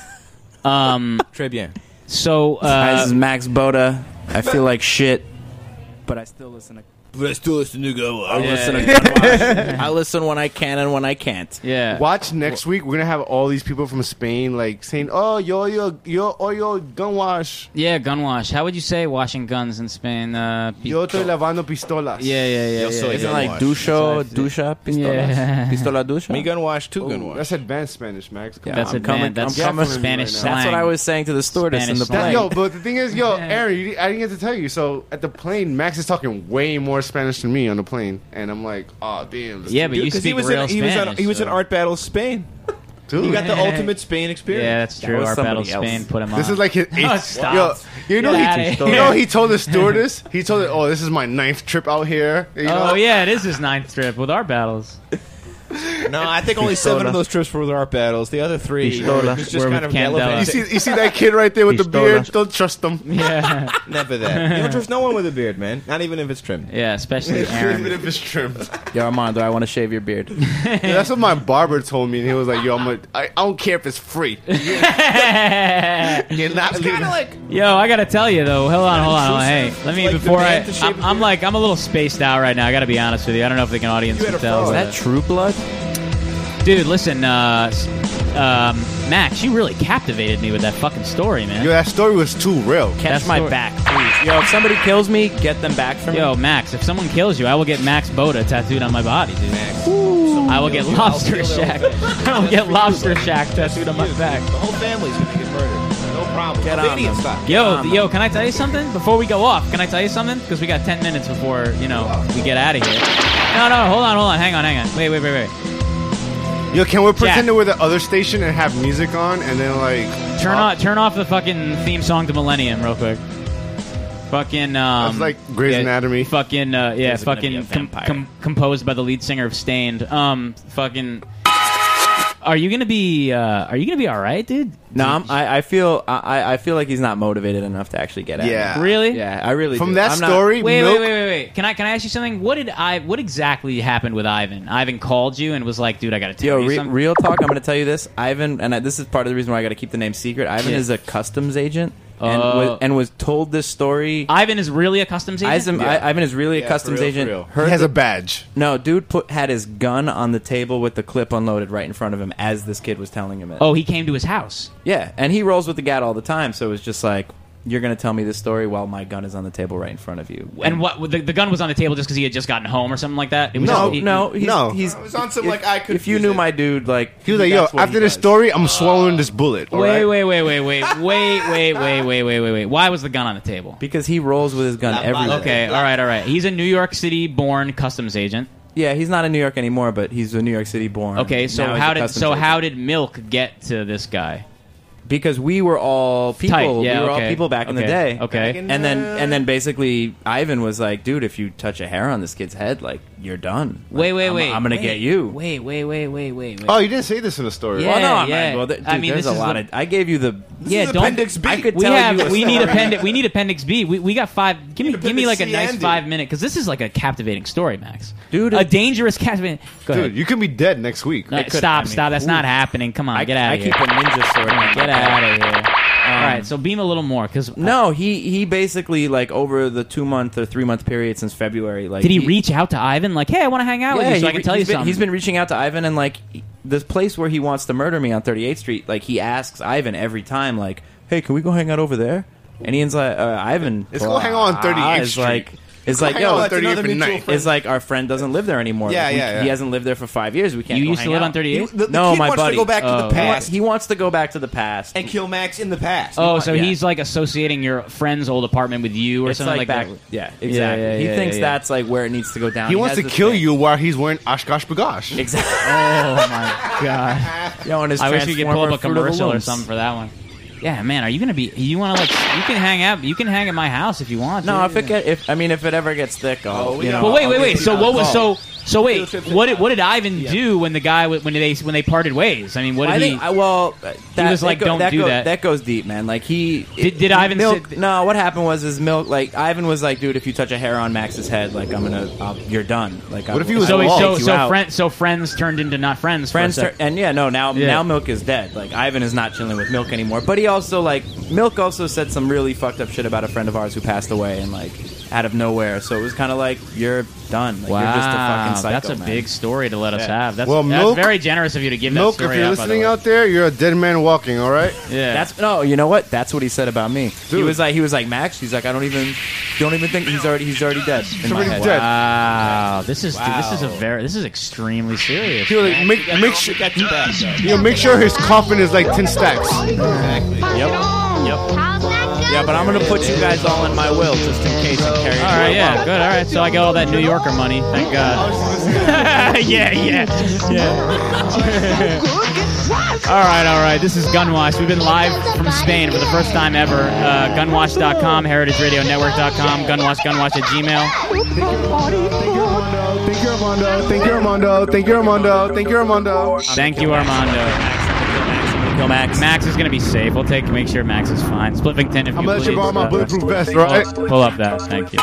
B: Um,
V: Très bien.
B: So, uh,
L: Hi, this is Max Boda. I feel like shit, but I still listen to.
V: But I still listen to go.
L: I listen to I listen when I can and when I can't.
B: Yeah.
D: Watch next week. We're gonna have all these people from Spain like saying, "Oh, yo, yo, yo, oh, yo, gun wash."
B: Yeah, gun wash. How would you say washing guns in Spain? Uh, pi-
D: Yo estoy lavando pistolas.
B: Yeah, yeah, yeah, Yo yeah, soy yeah. gun wash.
L: Dusho, dusha, pistola,
B: Yeah.
L: pistola, dusha.
V: Me gun wash, two gun wash.
D: Oh, That's advanced Spanish, Max. Come
L: Yeah,
D: on.
L: I'm coming- I'm coming- That's what I was saying to the stewardess in the
D: That-
L: plane.
D: Yo, but the thing is, yo, Aaron, you, I didn't get to tell you. So at the plane, Max is talking way more Spanish than me on the plane, and I'm like, oh damn. this
B: Yeah,
D: dude-
B: but you
D: 'cause
B: speak
D: was
B: real
D: in-
V: He was on,
B: Spanish,
V: he was in
B: so-
V: Art Battle Spain.
D: Dude.
V: You got the
D: Yeah.
V: ultimate Spain experience.
B: Yeah, that's true. Our battle Spain put him on.
D: This is like his
B: No,
D: eighth.
B: stop.
D: yo, you know,
B: Get
D: he,
B: outta
D: you
B: here.
D: know he told the stewardess. He told it. Oh, this is my ninth trip out here. You know?
B: Oh yeah, it is his ninth trip with our battles.
V: No, I think only seven of those trips were with Art Battles. The other three
B: Pistola.
V: were it was just
B: Were
V: kind
B: with
V: of relevant.
D: You see, you see that kid right there with the beard. Don't trust him.
B: Yeah.
V: Never that. You don't trust no one with a beard, man. Not even if it's trimmed.
B: Yeah, especially
D: Even if it's trimmed.
L: Yo, Armando, I want to shave your beard.
D: Yeah, that's what my barber told me, and he was like, "Yo, I'm a, I, I don't care if it's free. You're not leaving."
B: Yo, I gotta tell you though. Hold on, hold on. hold on. Hey, let me
D: Like,
B: before I.
D: demand to shave
B: I'm, I'm like I'm a little spaced out right now. I gotta be honest with you. I don't know if the audience can tell.
L: Is that True Blood?
B: Dude, listen, uh, s- um, Max, you really captivated me with that fucking story, man.
D: Yo, that story was too real.
B: Catch my back, please.
L: Yo, if somebody kills me, get them back from
B: Yo, Max, if someone kills you, I will get Max Boda tattooed on my body, dude. I will get
V: kills you,
B: Lobster
V: I'll kill
B: Shack. I will get Lobster Shack tattooed on my back.
V: The whole family's gonna get murdered. No problem.
B: Get on
V: Obedience
B: them. Yo,
V: style.
B: yo, can I tell you something before we go off? Can I tell you something? Because we got ten minutes before you know we get out of here. No, no, hold on, hold on, hang on, hang on. Wait, wait, wait, wait.
D: Yo, can we pretend that we're the other station and have music on, and then like
B: Turn off, turn off the fucking theme song to Millennium real quick. Fucking um,
D: That's like Grey's Anatomy.
B: Fucking uh, yeah,
D: There's gonna be a
B: fucking com-
D: vampire.
B: com- composed by the lead singer of Stained. Um, fucking. Are you gonna be? Uh, are you gonna be all right, dude?
L: No, I'm, I, I feel I, I feel like he's not motivated enough to actually get at
B: Yeah.
L: it.
B: Really?
L: Yeah, I really do. I'm not-
B: wait, wait, wait, wait, wait. Can I can I ask you something? What did I? What exactly happened with Ivan? Ivan called you and was like, "Dude, I gotta tell
L: Yo,
B: you
L: re-
B: something."
L: real talk. I'm going to tell you this. Ivan, and I, this is part of the reason why I got to keep the name secret. Ivan
B: Yeah.
L: is a customs agent and,
B: Oh.
L: was, and was told this story.
B: Ivan is really a customs agent.
L: Ivan, I, Ivan is really a customs agent. Heard
D: has
L: the-
D: a badge.
L: No, dude put had his gun on the table with the clip unloaded right in front of him as this kid was telling him it.
B: Oh, he came to his house.
L: Yeah, and he rolls with the gat all the time, so it was just like, you're going to tell me this story while my gun is on the table right in front of you.
B: And what the, the gun was on the table just because he had just gotten home or something like that. It was
L: no,
B: just- he-
L: no, he's,
B: no.
L: He's,
B: I
D: was on
L: if,
D: some, like, I could
L: If you knew my dude, like
D: He was like, "Yo,
L: that's what
D: after
L: he
D: this
L: does.
D: story, I'm swallowing this bullet." all
B: Wait,
D: right?
B: wait, wait, wait, wait, wait, wait, wait, wait, wait, wait, wait. Why was the gun on the table?
L: because he rolls with his gun everywhere.
B: Okay, all right, all right. He's a New York City-born customs agent.
L: Yeah, he's not in New York anymore, but he's a New York City born.
B: Okay, so
L: Now he's
B: how
L: a
B: did
L: customs
B: so
L: agent.
B: how did Milk get to this guy?
L: Because we were all people,
B: Tight, yeah,
L: we were all
B: okay,
L: people back in the
B: okay,
L: day.
B: okay. Back in
L: and then
B: the-
L: and then basically Ivan was like, "Dude, if you touch a hair on this kid's head, like you're done. Like,
B: Wait, wait,
L: I'm,
B: wait.
L: I'm gonna
B: wait,
L: get you."
B: Wait, wait, wait, wait, wait, wait.
D: Oh, you didn't say this in the story.
L: well, no,
B: yeah.
L: man. Well, th- dude,
B: I mean,
L: there's
B: this
L: a
B: is
L: lot
B: the-
L: of. I gave you the.
B: yeah, don't.
L: I could
B: we
L: tell
B: have.
L: you. a
B: we need
L: story.
B: appendix. We need appendix B. We, we got five. Give me give me
L: appendix
B: like a
L: C
B: nice
L: ending.
B: five minute because this is like a captivating story, Max. Dude, a dangerous captivating. Go
D: Dude,
B: ahead.
D: you could be dead next week.
B: No, stop, stop. That's not happening. Come on, get out
L: I
B: of here.
L: keep a ninja sword. in my
B: Get
L: backpack.
B: out of here. All right, so beam a little more because
L: no, he he basically like over the two month or three month period since February, like
B: Did he reach out to Ivan like, "Hey, I want to hang out with you, so
L: he-
B: I can tell you
L: he's been-
B: something"?
L: He's been reaching out to Ivan, and like this place where he wants to murder me on 38th Street, like he asks Ivan every time, like, "Hey, can we go hang out over there?" And Ian's like, uh, "Ivan, Ah,
D: Let's go hang out on 38th
L: is
D: Street.
L: Like, it's
D: Go
L: like,
D: hang
L: yo,
D: out on 38th Another for mutual night. friend.
L: It's like our friend doesn't live there anymore.
D: Yeah,
L: Like, we-
D: yeah, yeah.
L: He hasn't lived there for five years. We can't.
B: You
L: go
B: used to
L: hang
B: live
L: out.
B: on Oh. 38th? The- the
L: no,
B: kid
L: my
B: wants to
L: buddy.
B: go back to the
L: He wa-
B: past.
L: He wants to go back to the past
V: and kill Max in the past.
B: Oh, so
L: Yeah.
B: he's like associating your friend's old apartment with you or
L: It's
B: something
L: like
B: like,
L: back-
B: that.
L: yeah, exactly. He thinks that's, like where it needs to go down.
D: He wants to kill you while he's wearing Oshkosh Bagosh.
L: Exactly.
B: oh my god!
L: Yo, and his
B: I wish we could pull
L: Transformer
B: up a
L: Fruit of the
B: commercial or
L: Looms.
B: something for that one. Yeah, man, are you gonna be? You want to like? You can hang out. You can hang at my house if you want.
L: No,
B: to.
L: if it get, if I mean if it ever gets thick, I'll,
B: Oh,
L: you know,
B: but wait,
L: I'll
B: wait,
L: give
B: wait.
L: you
B: So
L: a
B: what was
L: call.
B: so? So wait, what did what did Ivan do when the guy w- when they when they parted ways? I mean, what did
L: I
B: he?
L: think- I- well, that,
B: was like,
L: go-
B: "Don't do that."
L: That goes deep, man. Like he
B: Did- did Ivan
L: Milk, no, what happened was his milk. Like Ivan was like, dude, if you touch a hair on Max's head, like I'm gonna, I'll, you're done. Like, I, will- I
B: so,
L: will
B: so,
L: take you
B: so,
L: out.
B: friend, so friends turned into not friends. for a
L: Friends,
B: sec.
L: tur- and yeah, no, now
B: Yeah.
L: now Milk is dead. Like Ivan is not chilling with Milk anymore. But he also like Milk also said some really fucked up shit about a friend of ours who passed away and like out of nowhere. So it was kind of like you're done. Like, you're just a fucking
B: Wow,
L: psycho.
B: that's a
L: man.
B: big story to let us
L: Yeah.
B: have. That's,
D: Well,
B: that's
D: Milk-
B: very generous of you to give
D: Milk,
B: that story
D: if you're
B: out, by the
D: listening
B: way.
D: out there, you're a dead man walking. All right.
B: Yeah.
L: That's no. You know what? That's what he said about me. He
D: Dude.
L: was like, he was like Max. He's like, I don't even, don't even think he's already, he's already dead. In my
D: Somebody's
L: head.
D: dead.
B: Wow, this is dude, this is a very this is extremely serious.
D: He was like, make make sure you know, make sure his coffin is like ten stacks.
L: Yep. Yeah, but I'm gonna put you guys all in my will just in case. All
B: All right, yeah, good. All right, so I got all that New Yorker money. Thank God. yeah, yeah, yeah. all right, all right. This is Gunwash. We've been live from Spain for the first time ever. Uh, gunwash.com, heritageradionetwork.com, gunwash, gunwash at Gmail.
D: Thank you, Armando. Thank you, Armando. Thank you, Armando. Thank you, Armando.
B: Thank you, Armando. Kill Max. Max is gonna be safe. We'll take make sure Max is fine. Spliffington, if
D: I'm
B: you
D: gonna let
B: please.
D: you borrow my
B: Uh,
D: bulletproof vest, right?
B: Pull, pull up that. Thank you.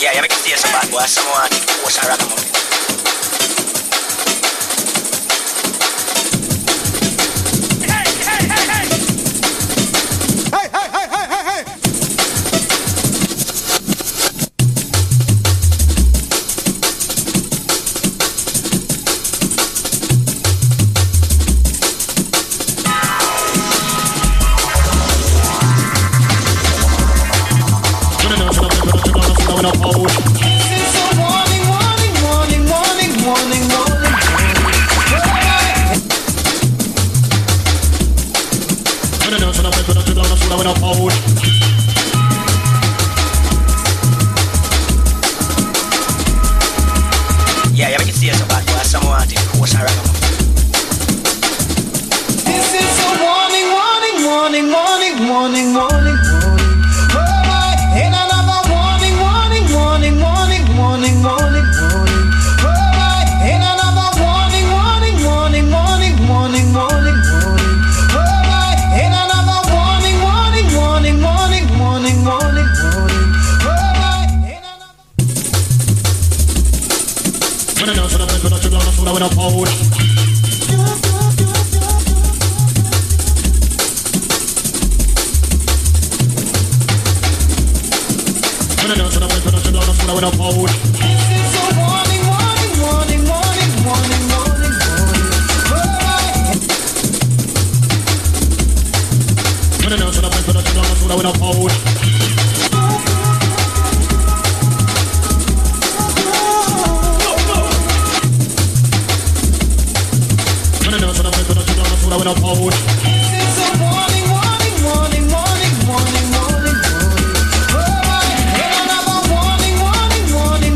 W: Yeah, ya me quité esa bad boy, someone was a ragamuffin.
X: Hey, hey, hey, hey, hey, hey!
W: Yeah, ya me quité esa bad boy, someone was a ragamuffin.
X: This is a warning, warning, warning, warning, warning, warning, warning. Oh my, and another warning, warning, warning, warning, warning, warning, warning. Oh my, and another warning, warning, warning, warning, warning, warning, warning. Oh my, and another warning, warning, warning, warning, warning, warning, warning. Oh my, and warning, warning,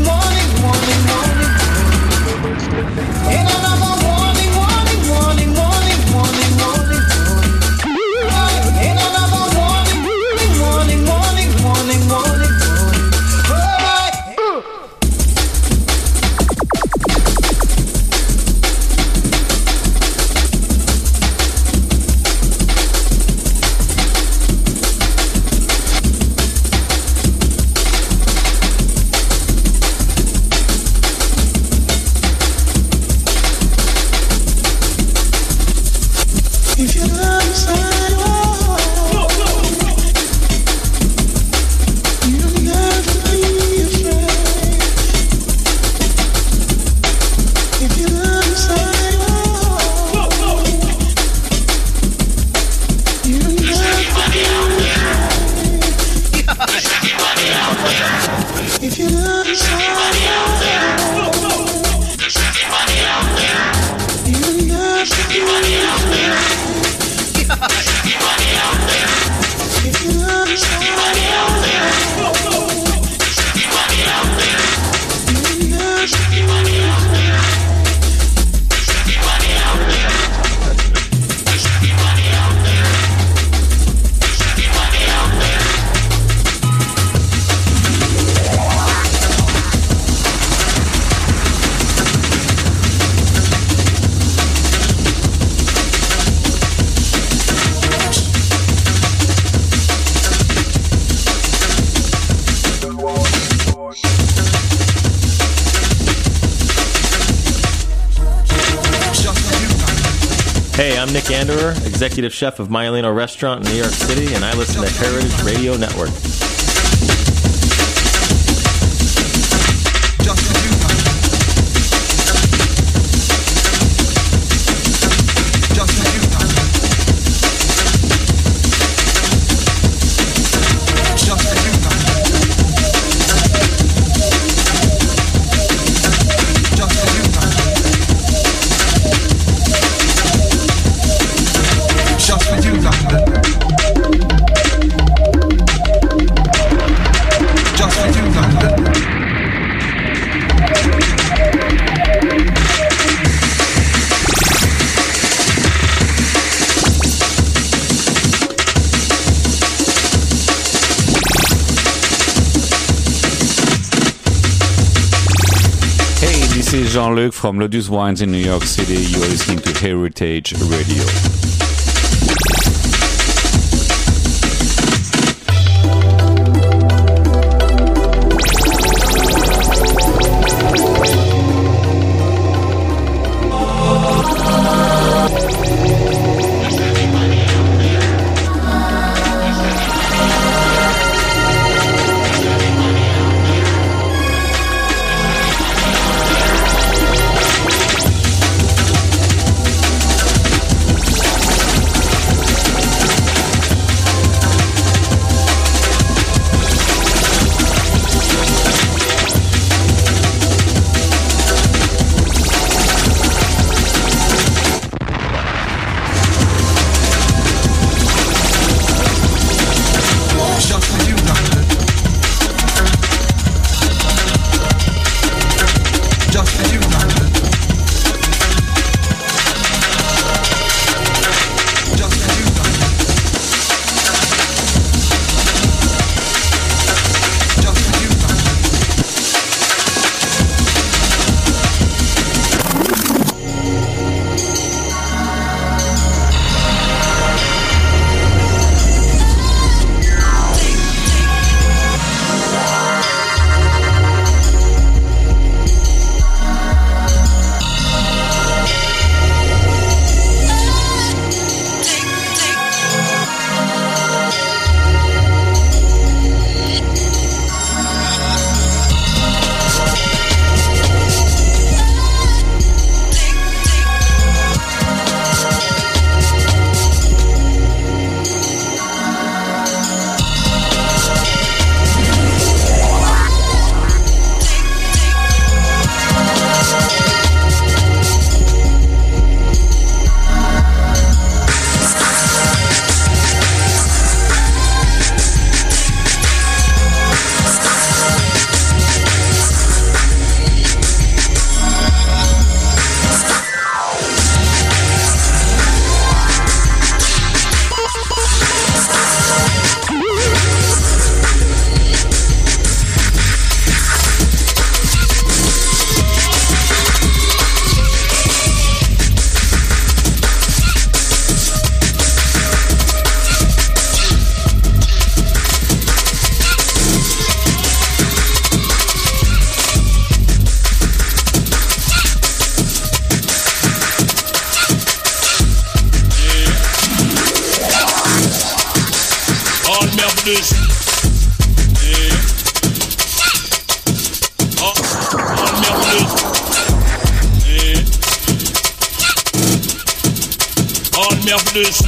X: warning, warning, warning. Oh my, and another warning, warning, warning, Oh,
M: Hey, I'm Nick Anderer, executive chef of Myelino Restaurant in New York City, and I listen to Heritage Radio Network.
X: Just for you, doctor. Just for you, doctor.
Y: Hey, this is Jean Luc from Lotus Wines in New York City. You are listening to Heritage Radio.
X: Just for you, doctor. Just for you, doctor. Just for you, doctor. Just for you, doctor.
T: All me have to do is. Yeah. All, all me have to do is. Yeah. All me have to do is.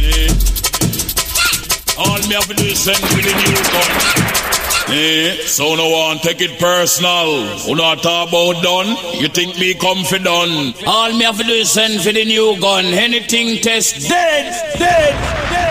T: Yeah. All me have to do is send to the new gun. Yeah. So no one take it personal. Who not talk about done? You think me come for done? All me have to do is send for the new gun. Anything test dead, dead, dead.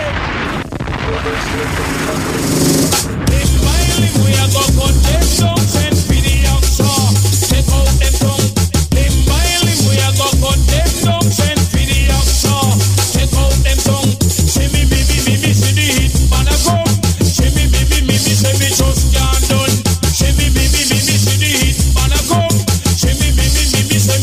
T: One time,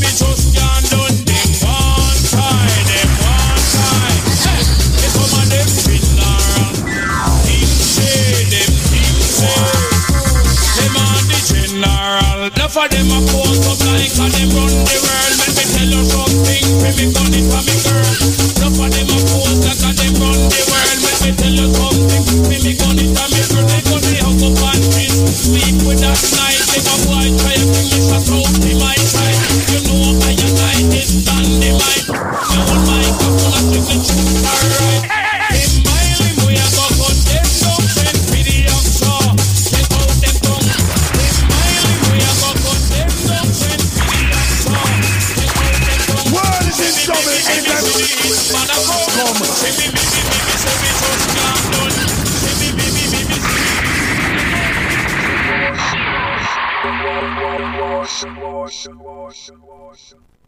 T: them one time. Hey, they come and them fit now. These Come.